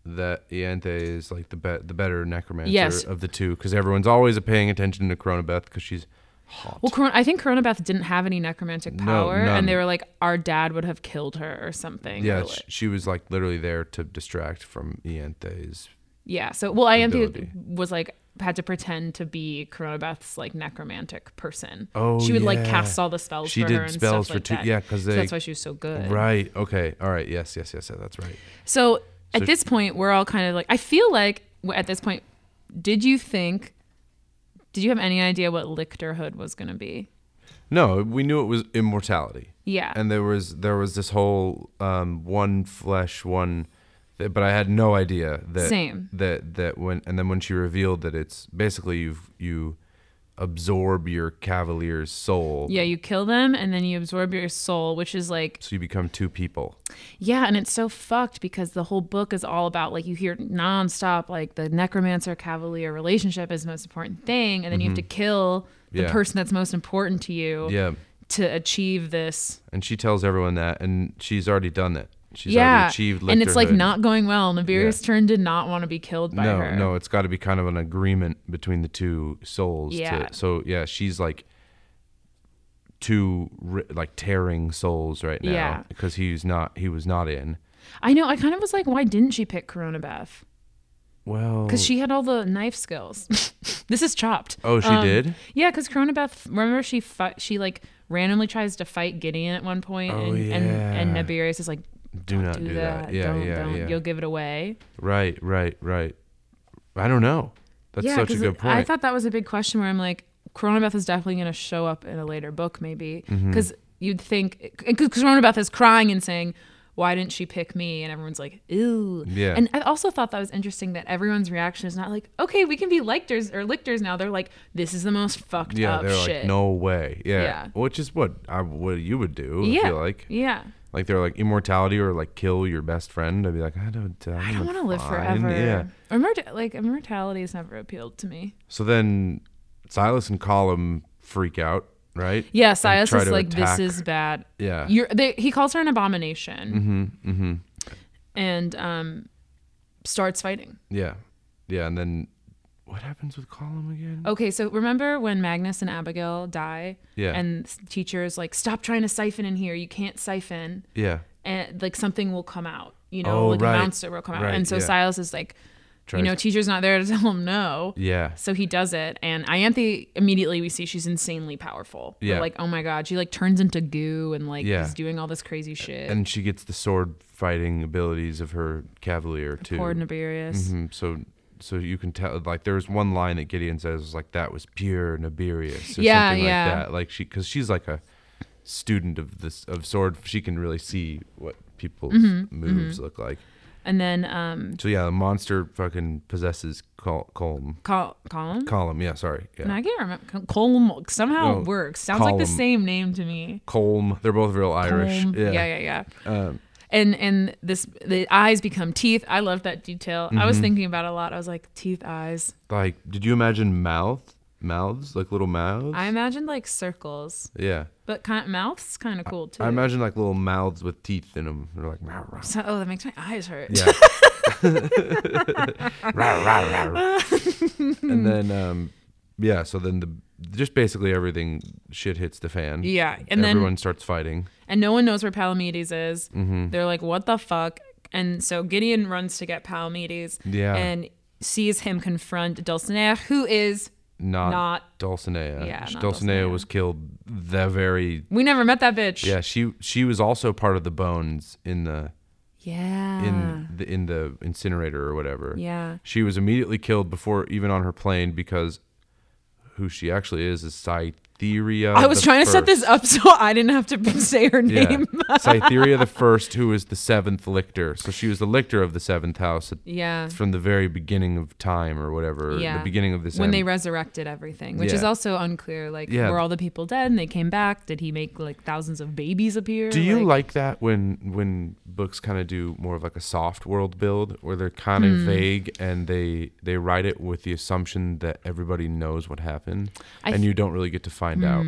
[SPEAKER 1] that Ianthe is like the be- the better necromancer
[SPEAKER 2] Yes.
[SPEAKER 1] of the two because everyone's always paying attention to Cronobeth because she's hot.
[SPEAKER 2] Well, Corona, I think Corona Beth didn't have any necromantic
[SPEAKER 1] No,
[SPEAKER 2] power,
[SPEAKER 1] none.
[SPEAKER 2] and they were like, our dad would have killed her or something. or,
[SPEAKER 1] Yeah,
[SPEAKER 2] like-
[SPEAKER 1] sh- she was like literally there to distract from Ianthe's.
[SPEAKER 2] Yeah. So, well, Ianthe
[SPEAKER 1] Ability.
[SPEAKER 2] was like had to pretend to be Coronabeth's like necromantic person.
[SPEAKER 1] Oh,
[SPEAKER 2] she would like
[SPEAKER 1] yeah.
[SPEAKER 2] cast all the spells.
[SPEAKER 1] She
[SPEAKER 2] for
[SPEAKER 1] did
[SPEAKER 2] her and
[SPEAKER 1] spells
[SPEAKER 2] stuff
[SPEAKER 1] for
[SPEAKER 2] like
[SPEAKER 1] two-
[SPEAKER 2] that.
[SPEAKER 1] yeah, 'cause
[SPEAKER 2] So
[SPEAKER 1] they-
[SPEAKER 2] that's why she was so good.
[SPEAKER 1] Right. Okay. All right. Yes. Yes. Yes. yes that's right.
[SPEAKER 2] So, at this point, we're all kind of like, I feel like w- at this point, did you think? Did you have any idea what Lichterhood was going to be?
[SPEAKER 1] No, we knew it was immortality.
[SPEAKER 2] Yeah.
[SPEAKER 1] And there was there was this whole um, one flesh one, th- but I had no idea that
[SPEAKER 2] Same.
[SPEAKER 1] that that when and then when she revealed that it's basically you you absorb your cavalier's soul.
[SPEAKER 2] yeah, you kill them and then you absorb your soul, which is like
[SPEAKER 1] So you become two people.
[SPEAKER 2] Yeah, and it's so fucked because the whole book is all about like you hear nonstop like the necromancer cavalier relationship is the most important thing, and then you have to kill the
[SPEAKER 1] Mm-hmm. Yeah.
[SPEAKER 2] person that's most important to you
[SPEAKER 1] Yeah.
[SPEAKER 2] to achieve this.
[SPEAKER 1] And she tells everyone that, and she's already done it. She's
[SPEAKER 2] yeah,
[SPEAKER 1] already achieved.
[SPEAKER 2] and it's like
[SPEAKER 1] Lictorhood.
[SPEAKER 2] not going well. Navirius Turn did not want to be killed by
[SPEAKER 1] no,
[SPEAKER 2] her.
[SPEAKER 1] no, it's got to be kind of an agreement between the two souls.
[SPEAKER 2] Yeah.
[SPEAKER 1] To, so yeah, she's like two ri- like tearing souls right now
[SPEAKER 2] Yeah.
[SPEAKER 1] because he's not he was not in.
[SPEAKER 2] I know. I kind of was like, why didn't she pick Corona Beth?
[SPEAKER 1] Well,
[SPEAKER 2] Because she had all the knife skills. this is chopped.
[SPEAKER 1] oh she did.
[SPEAKER 2] Yeah, because Corona Beth, remember she fight, she like randomly tries to fight Gideon at one point,
[SPEAKER 1] Oh,
[SPEAKER 2] and, and
[SPEAKER 1] yeah.
[SPEAKER 2] and Nabirius is like,
[SPEAKER 1] Do not do, that. Yeah,
[SPEAKER 2] don't,
[SPEAKER 1] yeah,
[SPEAKER 2] don't.
[SPEAKER 1] yeah.
[SPEAKER 2] You'll give it away.
[SPEAKER 1] Right, right, right. I don't know. That's
[SPEAKER 2] yeah,
[SPEAKER 1] such a
[SPEAKER 2] 'cause
[SPEAKER 1] good
[SPEAKER 2] I
[SPEAKER 1] point.
[SPEAKER 2] thought that was a big question where I'm like, Coronabeth is definitely going to show up in a later book, maybe,
[SPEAKER 1] Mm-hmm.
[SPEAKER 2] because you'd think because Coronabeth is crying and saying, "Why didn't she pick me?" and everyone's like, "Ew."
[SPEAKER 1] Yeah.
[SPEAKER 2] And I also thought that was interesting that everyone's reaction is not like, "Okay, we can be lictors or lictors now." They're like, "This is the most fucked
[SPEAKER 1] yeah,
[SPEAKER 2] up
[SPEAKER 1] they're
[SPEAKER 2] shit."
[SPEAKER 1] like, no way. Yeah.
[SPEAKER 2] Yeah.
[SPEAKER 1] which is what I what you would do.
[SPEAKER 2] yeah,
[SPEAKER 1] I feel like
[SPEAKER 2] yeah.
[SPEAKER 1] like they're like immortality or like kill your best friend. I'd be like, I don't.
[SPEAKER 2] I don't want to live
[SPEAKER 1] Hmm, fine.
[SPEAKER 2] forever.
[SPEAKER 1] Yeah.
[SPEAKER 2] Immort- like immortality has never appealed to me.
[SPEAKER 1] So then Silas and Column freak out, right?
[SPEAKER 2] Yeah,
[SPEAKER 1] And
[SPEAKER 2] Silas
[SPEAKER 1] try
[SPEAKER 2] is
[SPEAKER 1] to
[SPEAKER 2] like,
[SPEAKER 1] attack-
[SPEAKER 2] this is bad.
[SPEAKER 1] Yeah.
[SPEAKER 2] You're, they, he calls her an abomination. Mm-hmm, mm-hmm. And um, starts fighting.
[SPEAKER 1] Yeah. Yeah. And then what happens with Column again?
[SPEAKER 2] Okay, so remember when Magnus and Abigail die?
[SPEAKER 1] Yeah.
[SPEAKER 2] And s- teachers like, stop trying to siphon in here. You can't siphon.
[SPEAKER 1] Yeah.
[SPEAKER 2] And like something will come out, you know,
[SPEAKER 1] Oh,
[SPEAKER 2] like
[SPEAKER 1] right.
[SPEAKER 2] a monster will come out.
[SPEAKER 1] Right,
[SPEAKER 2] and so
[SPEAKER 1] yeah.
[SPEAKER 2] Silas is like,
[SPEAKER 1] Tries-
[SPEAKER 2] you know, teacher's not there to tell him no.
[SPEAKER 1] Yeah.
[SPEAKER 2] So he does it, and Ianthe immediately we see she's insanely powerful. We're
[SPEAKER 1] Yeah.
[SPEAKER 2] like, oh my god, she like turns into goo and like
[SPEAKER 1] Yeah.
[SPEAKER 2] is doing all this crazy shit.
[SPEAKER 1] And she gets the sword fighting abilities of her cavalier too.
[SPEAKER 2] Poor Nibirius.
[SPEAKER 1] Mhm, So so you can tell like there's one line that Gideon says was like that was pure Nibirius or
[SPEAKER 2] Yeah,
[SPEAKER 1] something
[SPEAKER 2] yeah.
[SPEAKER 1] like that. Like she cuz she's like a student of this of sword she can really see what people's
[SPEAKER 2] Mm-hmm,
[SPEAKER 1] moves look like.
[SPEAKER 2] And then um,
[SPEAKER 1] So yeah, the monster fucking possesses Col- Colm.
[SPEAKER 2] Col- Colum.
[SPEAKER 1] Colm, yeah, sorry. Yeah.
[SPEAKER 2] And I can't remember. Col- Colm somehow
[SPEAKER 1] No,
[SPEAKER 2] it works. Sounds like the
[SPEAKER 1] Colum.
[SPEAKER 2] same name to me.
[SPEAKER 1] Colm, they're both real Irish.
[SPEAKER 2] Colm.
[SPEAKER 1] Yeah.
[SPEAKER 2] yeah, yeah. yeah.
[SPEAKER 1] Um,
[SPEAKER 2] and and this the eyes become teeth. I love that detail. I
[SPEAKER 1] Mm-hmm.
[SPEAKER 2] was thinking about it a lot. I was like teeth, eyes.
[SPEAKER 1] Like, did you imagine mouth mouths like little mouths?
[SPEAKER 2] I imagined like circles,
[SPEAKER 1] yeah,
[SPEAKER 2] but kind mouths kind of cool too.
[SPEAKER 1] I imagine like little mouths with teeth in them. They're like, rah, rah,
[SPEAKER 2] so, oh, that makes my eyes hurt.
[SPEAKER 1] yeah. Rah, rah, rah. and then, um, yeah. So then the just basically everything shit hits the fan.
[SPEAKER 2] Yeah, and then-
[SPEAKER 1] everyone Mm-hmm. starts fighting.
[SPEAKER 2] and no one knows where Palamedes is. They're like, "What the fuck?" And so Gideon runs to get Palamedes,
[SPEAKER 1] Yeah.
[SPEAKER 2] and sees him confront Dulcinea, who is
[SPEAKER 1] Not,
[SPEAKER 2] Not-
[SPEAKER 1] Dulcinea.
[SPEAKER 2] Yeah, not
[SPEAKER 1] Dulcinea,
[SPEAKER 2] Dulcinea.
[SPEAKER 1] was killed the very.
[SPEAKER 2] we never met that bitch.
[SPEAKER 1] Yeah, she she was also part of the bones in the
[SPEAKER 2] yeah,
[SPEAKER 1] in the in the incinerator or whatever.
[SPEAKER 2] Ah. yeah.
[SPEAKER 1] She was immediately killed before even on her plane because who she actually is is Cytherea.
[SPEAKER 2] I was
[SPEAKER 1] the
[SPEAKER 2] trying to set
[SPEAKER 1] First.
[SPEAKER 2] this up so I didn't have to say her
[SPEAKER 1] Yeah.
[SPEAKER 2] name.
[SPEAKER 1] Cytherea the first, who is the seventh lictor. So she was the lictor of the seventh house at-
[SPEAKER 2] Yeah.
[SPEAKER 1] from the very beginning of time or whatever. or
[SPEAKER 2] Yeah.
[SPEAKER 1] The beginning of this
[SPEAKER 2] When they
[SPEAKER 1] end.
[SPEAKER 2] resurrected everything, which
[SPEAKER 1] Yeah.
[SPEAKER 2] is also unclear. Like,
[SPEAKER 1] Yeah.
[SPEAKER 2] were all the people dead and they came back? Did he make like thousands of babies appear?
[SPEAKER 1] do you like, that when when books kind of do more of like a soft world build where they're kind of
[SPEAKER 2] Hmm.
[SPEAKER 1] vague and they they write it with the assumption that everybody knows what happened
[SPEAKER 2] I Hmm.
[SPEAKER 1] and you don't really get to find out.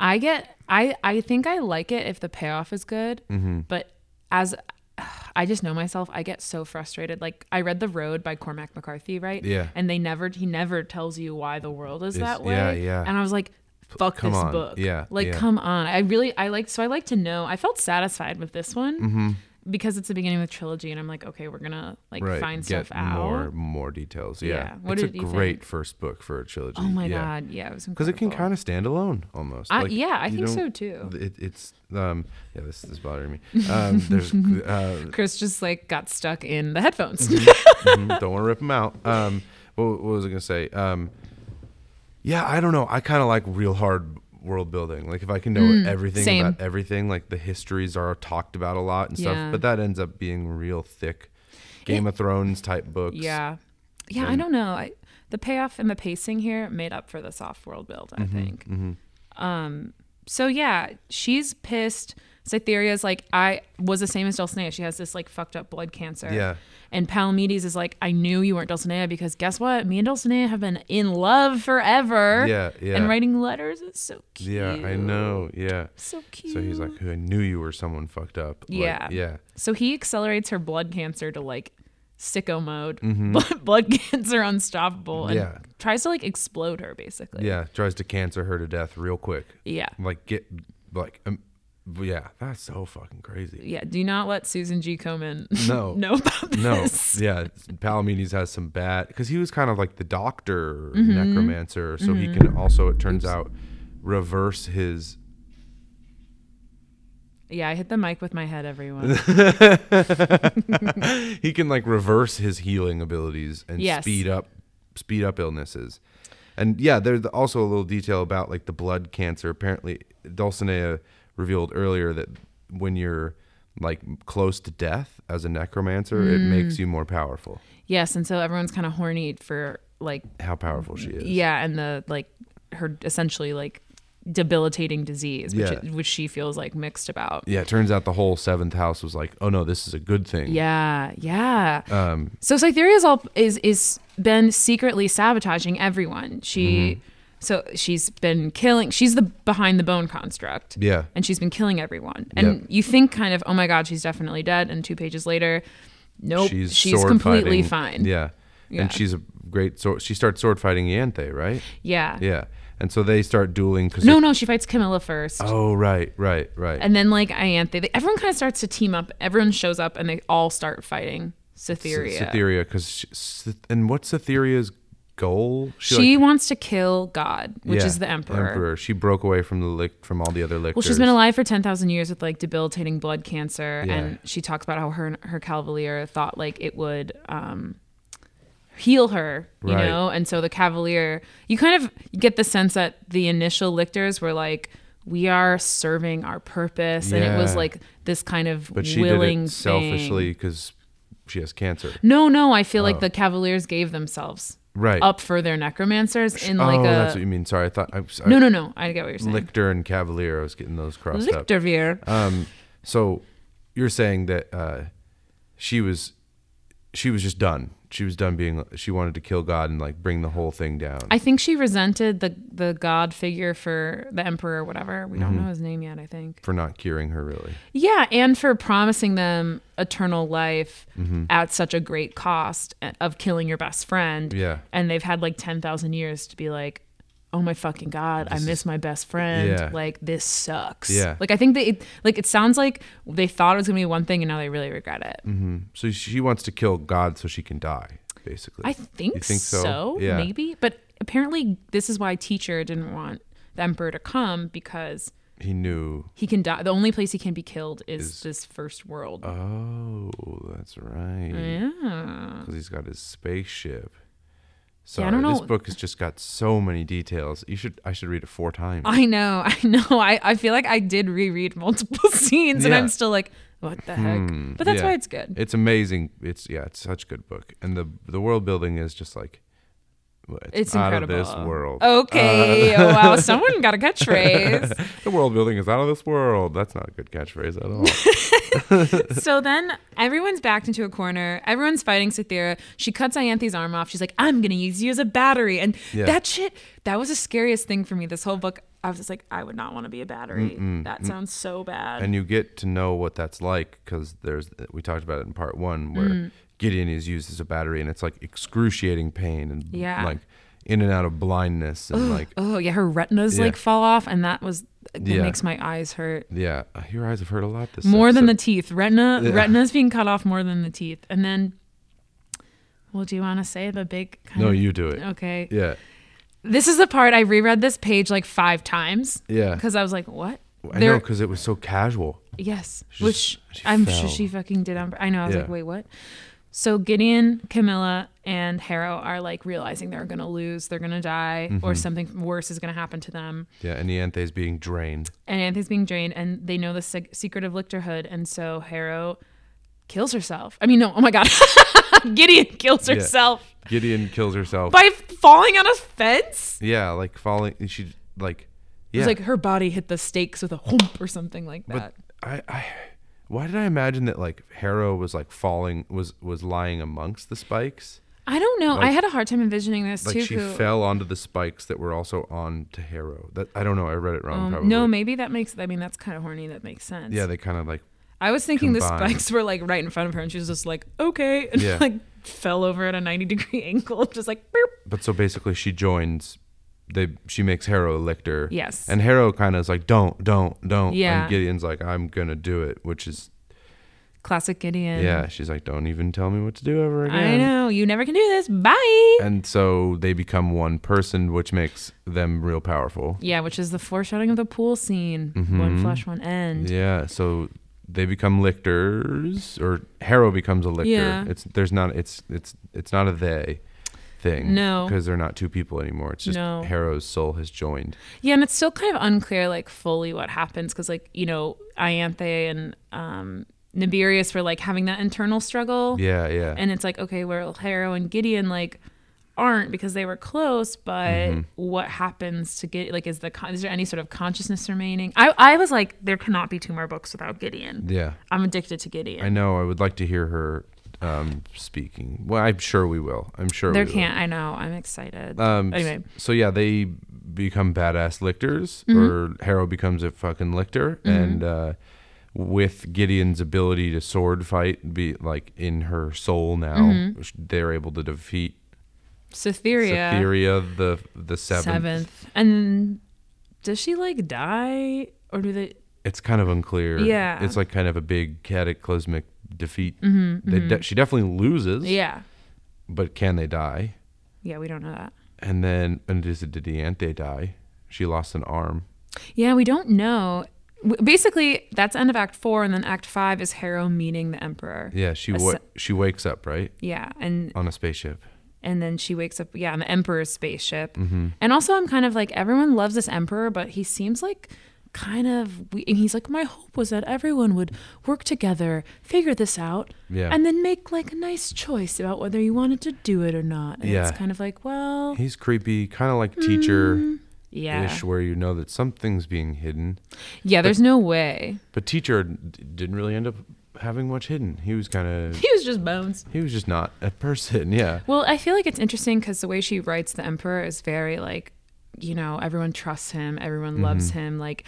[SPEAKER 2] I get I I think I like it if the payoff is good,
[SPEAKER 1] Mm-hmm.
[SPEAKER 2] but as I just know myself, I get so frustrated. Like I read The Road by Cormac McCarthy, right?
[SPEAKER 1] Yeah.
[SPEAKER 2] And they never he never tells you why the world is
[SPEAKER 1] It's-
[SPEAKER 2] that way.
[SPEAKER 1] yeah, yeah.
[SPEAKER 2] And I was like fuck
[SPEAKER 1] come
[SPEAKER 2] this
[SPEAKER 1] on.
[SPEAKER 2] book.
[SPEAKER 1] Yeah,
[SPEAKER 2] Like
[SPEAKER 1] yeah.
[SPEAKER 2] come on. I really I like so I like to know. I felt satisfied with this one.
[SPEAKER 1] Mm-hmm.
[SPEAKER 2] Because it's the beginning of the trilogy, and I'm like, okay, we're gonna like find
[SPEAKER 1] get
[SPEAKER 2] stuff out.
[SPEAKER 1] more more details. Yeah,
[SPEAKER 2] Yeah. What
[SPEAKER 1] it's
[SPEAKER 2] did
[SPEAKER 1] a
[SPEAKER 2] you think?
[SPEAKER 1] great first book for a trilogy.
[SPEAKER 2] oh my
[SPEAKER 1] yeah.
[SPEAKER 2] god, yeah, it was
[SPEAKER 1] because it can
[SPEAKER 2] incredible.
[SPEAKER 1] kind of stand alone almost.
[SPEAKER 2] I- yeah, I
[SPEAKER 1] you
[SPEAKER 2] think
[SPEAKER 1] don't-
[SPEAKER 2] so, too.
[SPEAKER 1] th- It, it's um, yeah, this is bothering me. Um, there's uh,
[SPEAKER 2] Chris just like got stuck in the headphones.
[SPEAKER 1] mhm, don't want to rip them out. Um, what, what was I gonna say? Um, yeah, I don't know. I kind of like real hard world building. Like if I can know everything
[SPEAKER 2] Mm, same.
[SPEAKER 1] about everything, like the histories are talked about a lot and stuff.
[SPEAKER 2] Yeah.
[SPEAKER 1] But that ends up being real thick. Game of Thrones type books.
[SPEAKER 2] Yeah. Yeah, I don't know. I, the payoff and the pacing here made up for the soft world build,
[SPEAKER 1] Mm-hmm,
[SPEAKER 2] I think. Um, so yeah, she's pissed. Cytherea's like, I was the same as Dulcinea. She has this like fucked up blood cancer.
[SPEAKER 1] Yeah.
[SPEAKER 2] And Palamedes is like, I knew you weren't Dulcinea because guess what? Me and Dulcinea have been in love forever.
[SPEAKER 1] Yeah, yeah.
[SPEAKER 2] And writing letters is so cute.
[SPEAKER 1] Yeah, I know. Yeah.
[SPEAKER 2] So cute.
[SPEAKER 1] So he's like, "Who- I knew you were someone fucked up. Like,
[SPEAKER 2] Yeah.
[SPEAKER 1] yeah.
[SPEAKER 2] So he accelerates her blood cancer to like sicko mode, blood cancer unstoppable, and
[SPEAKER 1] Mm-hmm. Yeah.
[SPEAKER 2] tries to like explode her basically.
[SPEAKER 1] Yeah. Tries to cancer her to death real quick.
[SPEAKER 2] Yeah.
[SPEAKER 1] Like, get, like, um, yeah. That's so fucking crazy.
[SPEAKER 2] Yeah. Do not let Susan G. Komen
[SPEAKER 1] No.
[SPEAKER 2] know about
[SPEAKER 1] No.
[SPEAKER 2] this.
[SPEAKER 1] Yeah. Palamedes has some bad, because he was kind of like the doctor necromancer. So he can also, it turns out, reverse his.
[SPEAKER 2] Yeah, I hit the mic with my head, everyone.
[SPEAKER 1] He can like reverse his healing abilities and
[SPEAKER 2] Yes.
[SPEAKER 1] speed up, speed up illnesses. And yeah, there's also a little detail about like the blood cancer. Apparently, Dulcinea revealed earlier that when you're like close to death as a necromancer, it
[SPEAKER 2] Mm.
[SPEAKER 1] makes you more powerful.
[SPEAKER 2] yes, and so everyone's kind of horny for like
[SPEAKER 1] How powerful she is.
[SPEAKER 2] yeah, and the like her essentially like debilitating disease, which
[SPEAKER 1] Yeah.
[SPEAKER 2] which she feels like mixed about.
[SPEAKER 1] Yeah, it turns out the whole seventh house was like, oh no, this is a good thing.
[SPEAKER 2] Yeah, yeah.
[SPEAKER 1] Um, Mm-hmm.
[SPEAKER 2] so Cytherea's all is is been secretly sabotaging everyone. She So she's been killing. She's the behind the bone construct.
[SPEAKER 1] Yeah.
[SPEAKER 2] And she's been killing everyone. And
[SPEAKER 1] Yep.
[SPEAKER 2] you think kind of, oh my god, she's definitely dead. And two pages later, nope, she's,
[SPEAKER 1] sword
[SPEAKER 2] completely
[SPEAKER 1] fighting-
[SPEAKER 2] fine.
[SPEAKER 1] Yeah.
[SPEAKER 2] Yeah.
[SPEAKER 1] And she's a great sword. She starts sword fighting Yanthe, right?
[SPEAKER 2] Yeah.
[SPEAKER 1] Yeah. And so they start dueling because
[SPEAKER 2] No, no, she fights Camilla first.
[SPEAKER 1] Oh right, right, right.
[SPEAKER 2] And then like Ianthe, they, everyone kind of starts to team up. Everyone shows up and they all start fighting Cytheria.
[SPEAKER 1] Cytheria, because and what's Cytheria's goal?
[SPEAKER 2] She,
[SPEAKER 1] like-
[SPEAKER 2] wants to kill God, which
[SPEAKER 1] yeah,
[SPEAKER 2] is the emperor.
[SPEAKER 1] She broke away from the lic- from all the other lictors.
[SPEAKER 2] Well, she's been alive for 10,000 years with like debilitating blood cancer.
[SPEAKER 1] Yeah.
[SPEAKER 2] And she talks about how her, her cavalier thought like it would um, heal her, you
[SPEAKER 1] Right.
[SPEAKER 2] know? And so the cavalier, you kind of get the sense that the initial lictors were like, we are serving our purpose. And it was
[SPEAKER 1] Yeah.
[SPEAKER 2] like this kind of
[SPEAKER 1] but she did
[SPEAKER 2] willing
[SPEAKER 1] it selfishly because she has cancer.
[SPEAKER 2] thing. No, no, I feel like the cavaliers gave themselves
[SPEAKER 1] Right.
[SPEAKER 2] up for their necromancers in like
[SPEAKER 1] oh,
[SPEAKER 2] a.
[SPEAKER 1] that's what you mean. Sorry, I thought I, I
[SPEAKER 2] no, no, no. I get what you're saying.
[SPEAKER 1] lictor and cavalier. I was getting those crossed up.
[SPEAKER 2] Lichtervier.
[SPEAKER 1] Um, so you're saying that uh, she was she was just done. She was done being. She wanted to kill God and like bring the whole thing down.
[SPEAKER 2] I think she resented the the god figure for the emperor or whatever. We
[SPEAKER 1] Mm-hmm.
[SPEAKER 2] don't know his name yet, I think.
[SPEAKER 1] for not curing her, really.
[SPEAKER 2] Yeah, and for promising them eternal life
[SPEAKER 1] Mm-hmm.
[SPEAKER 2] at such a great cost eh, of killing your best friend.
[SPEAKER 1] Yeah.
[SPEAKER 2] And they've had like 10,000 years to be like, "Oh my fucking god, I miss my best friend.
[SPEAKER 1] Yeah.
[SPEAKER 2] Like this sucks."
[SPEAKER 1] Yeah.
[SPEAKER 2] Like I think they like it sounds like they thought it was going to be one thing and now they really regret it.
[SPEAKER 1] Mm. So she wants to kill God so she can die, basically.
[SPEAKER 2] I think,
[SPEAKER 1] You think
[SPEAKER 2] so.
[SPEAKER 1] so? Yeah.
[SPEAKER 2] Maybe, but apparently this is why teacher didn't want the emperor to come because
[SPEAKER 1] he knew.
[SPEAKER 2] he can die. The only place he can be killed is, this first world.
[SPEAKER 1] Oh, that's right.
[SPEAKER 2] yeah.
[SPEAKER 1] Because he's got his spaceship. Sorry,
[SPEAKER 2] I don't
[SPEAKER 1] this
[SPEAKER 2] know.
[SPEAKER 1] book has just got so many details. You should, I should read it four times.
[SPEAKER 2] I know. I know. I, I feel like I did reread multiple scenes and
[SPEAKER 1] Yeah.
[SPEAKER 2] I'm still like, what the heck?
[SPEAKER 1] Hmm,
[SPEAKER 2] but that's
[SPEAKER 1] yeah.
[SPEAKER 2] why it's good.
[SPEAKER 1] It's amazing. It's yeah, it's such a good book, and the the world building is just like well, it's,
[SPEAKER 2] It's
[SPEAKER 1] out
[SPEAKER 2] incredible.
[SPEAKER 1] of this world.
[SPEAKER 2] Okay. oh,
[SPEAKER 1] Uh,
[SPEAKER 2] wow. Someone got a catchphrase.
[SPEAKER 1] The world building is out of this world. That's not a good catchphrase at all.
[SPEAKER 2] so then everyone's backed into a corner. Everyone's fighting Cythera. She cuts Ianthe's arm off. She's like, I'm going to use you as a battery. And
[SPEAKER 1] Yeah.
[SPEAKER 2] that shit, that was the scariest thing for me. This whole book, I was just like, I would not want to be a battery. That sounds so bad.
[SPEAKER 1] and you get to know what that's like because there's we talked about it in part one where
[SPEAKER 2] Mm.
[SPEAKER 1] Gideon is used as a battery, and it's like excruciating pain and
[SPEAKER 2] Yeah.
[SPEAKER 1] like in and out of blindness and like
[SPEAKER 2] oh yeah her retinas
[SPEAKER 1] Yeah.
[SPEAKER 2] like fall off and that was that
[SPEAKER 1] Yeah.
[SPEAKER 2] makes my eyes hurt
[SPEAKER 1] yeah. Your eyes have hurt a lot this
[SPEAKER 2] more than the
[SPEAKER 1] episode.
[SPEAKER 2] teeth retina
[SPEAKER 1] Yeah.
[SPEAKER 2] retina's being cut off more than the teeth and then well do you want to say the big kind
[SPEAKER 1] no.
[SPEAKER 2] of,
[SPEAKER 1] You do it.
[SPEAKER 2] okay
[SPEAKER 1] Yeah,
[SPEAKER 2] this is the part i reread this page like five times
[SPEAKER 1] yeah.
[SPEAKER 2] because i was like what
[SPEAKER 1] I know
[SPEAKER 2] There-
[SPEAKER 1] because it was so casual.
[SPEAKER 2] yes
[SPEAKER 1] She
[SPEAKER 2] which
[SPEAKER 1] just- she
[SPEAKER 2] i'm
[SPEAKER 1] fell.
[SPEAKER 2] sure she fucking did on i know i was
[SPEAKER 1] Yeah.
[SPEAKER 2] like wait what so gideon camilla and harrow are like realizing they're gonna lose they're gonna die
[SPEAKER 1] Mm-hmm.
[SPEAKER 2] or something worse is gonna happen to them
[SPEAKER 1] Yeah, and Ianthe is being drained.
[SPEAKER 2] and Anthony's being drained, and they know the sec- secret of Lichterhood, and so Harrow kills herself. I mean, no, oh my god, Gideon kills
[SPEAKER 1] Yeah.
[SPEAKER 2] herself
[SPEAKER 1] Gideon kills herself.
[SPEAKER 2] by falling on a fence.
[SPEAKER 1] yeah, like falling. She like, yeah.
[SPEAKER 2] It's like her body hit the stakes with a whoomp or something like that.
[SPEAKER 1] but I, I, why did I imagine that like Harrow was like falling was was lying amongst the spikes?
[SPEAKER 2] I don't know. I
[SPEAKER 1] like-
[SPEAKER 2] had a hard time envisioning this
[SPEAKER 1] Like
[SPEAKER 2] too.
[SPEAKER 1] she
[SPEAKER 2] who-
[SPEAKER 1] fell onto the spikes that were also on to Harrow. That I don't know. I read it wrong.
[SPEAKER 2] um,
[SPEAKER 1] probably.
[SPEAKER 2] no, maybe that makes. I mean, that's kind of horny. That makes sense.
[SPEAKER 1] Yeah, they kind of like
[SPEAKER 2] I was thinking the
[SPEAKER 1] combined.
[SPEAKER 2] spikes were like right in front of her, and she was just like, okay, and
[SPEAKER 1] Yeah.
[SPEAKER 2] like fell over at a ninety degree angle, just like boop.
[SPEAKER 1] But so basically, she joins. They she makes Harrow a lictor.
[SPEAKER 2] Yes.
[SPEAKER 1] And Harrow kind of is like, don't, don't, don't.
[SPEAKER 2] Yeah.
[SPEAKER 1] And Gideon's like, I'm gonna do it, which is
[SPEAKER 2] Classic Gideon.
[SPEAKER 1] yeah. She's like, don't even tell me what to do ever
[SPEAKER 2] I
[SPEAKER 1] again.
[SPEAKER 2] know you never can do this. Bye.
[SPEAKER 1] And so they become one person, which makes them real powerful.
[SPEAKER 2] Yeah, which is the foreshadowing of the pool scene. One flesh, one end.
[SPEAKER 1] Mm-hmm. Yeah. So they become lictors, or Harrow becomes a lictor.
[SPEAKER 2] Yeah.
[SPEAKER 1] It's there's not it's it's it's not a they thing.
[SPEAKER 2] No.
[SPEAKER 1] Because they're not two people anymore. It's just
[SPEAKER 2] No.
[SPEAKER 1] Harrow's soul has joined.
[SPEAKER 2] Yeah, and it's still kind of unclear, like, fully what happens because, like, you know, Ianthe and um, Nibirius were, like, having that internal struggle.
[SPEAKER 1] Yeah. Yeah.
[SPEAKER 2] And it's like, okay, well, Harrow and Gideon, like, aren't because they were close, but
[SPEAKER 1] Mm-hmm.
[SPEAKER 2] what happens to get, like, is the, con- is there any sort of consciousness remaining? I, I was like, there cannot be two more books without Gideon.
[SPEAKER 1] yeah.
[SPEAKER 2] I'm addicted to Gideon.
[SPEAKER 1] I know. I would like to hear her. um, speaking. Well, I'm sure we will. I'm sure
[SPEAKER 2] There
[SPEAKER 1] we will.
[SPEAKER 2] can't. I know. I'm excited.
[SPEAKER 1] Um, s-
[SPEAKER 2] anyway, Mm-hmm.
[SPEAKER 1] So yeah, they become badass lictors, or Harrow becomes a fucking lictor, and uh, with Gideon's ability to sword fight, be like in her soul now,
[SPEAKER 2] Mm-hmm.
[SPEAKER 1] sh- they're able to defeat
[SPEAKER 2] Cytheria,
[SPEAKER 1] Cytheria, the the seventh.
[SPEAKER 2] seventh, and does she like die or do they?
[SPEAKER 1] It's kind of unclear.
[SPEAKER 2] Yeah.
[SPEAKER 1] it's like kind of a big cataclysmic defeat. They de- she definitely loses,
[SPEAKER 2] Mm-hmm, Yeah,
[SPEAKER 1] but can they die?
[SPEAKER 2] yeah. We don't know that.
[SPEAKER 1] And then, and is it did Deante die? She lost an arm.
[SPEAKER 2] Yeah, we don't know. W- Basically, that's end of Act Four, and then Act Five is Harrow meeting the Emperor.
[SPEAKER 1] Yeah, she
[SPEAKER 2] A
[SPEAKER 1] wa-
[SPEAKER 2] se-
[SPEAKER 1] she wakes up right
[SPEAKER 2] Yeah, and
[SPEAKER 1] on a spaceship.
[SPEAKER 2] and then she wakes up. Yeah, on the Emperor's spaceship.
[SPEAKER 1] Mm-hmm.
[SPEAKER 2] And also, I'm kind of like everyone loves this Emperor, but he seems like kind of. We- and he's like, my hope was that everyone would work together, figure this out,
[SPEAKER 1] Yeah.
[SPEAKER 2] and then make like a nice choice about whether you wanted to do it or not. And
[SPEAKER 1] Yeah.
[SPEAKER 2] it's kind of like, well,
[SPEAKER 1] He's creepy, kind of like teacher ish,
[SPEAKER 2] yeah,
[SPEAKER 1] where you know that something's being hidden.
[SPEAKER 2] yeah. There's no way
[SPEAKER 1] But teacher d- didn't really end up having much hidden. He was kind of,
[SPEAKER 2] he was just bones.
[SPEAKER 1] he was just not a person. Yeah.
[SPEAKER 2] Well, I feel like it's interesting because the way she writes the emperor is very like, you know, everyone trusts him, everyone
[SPEAKER 1] Mm-hmm.
[SPEAKER 2] loves him. Like,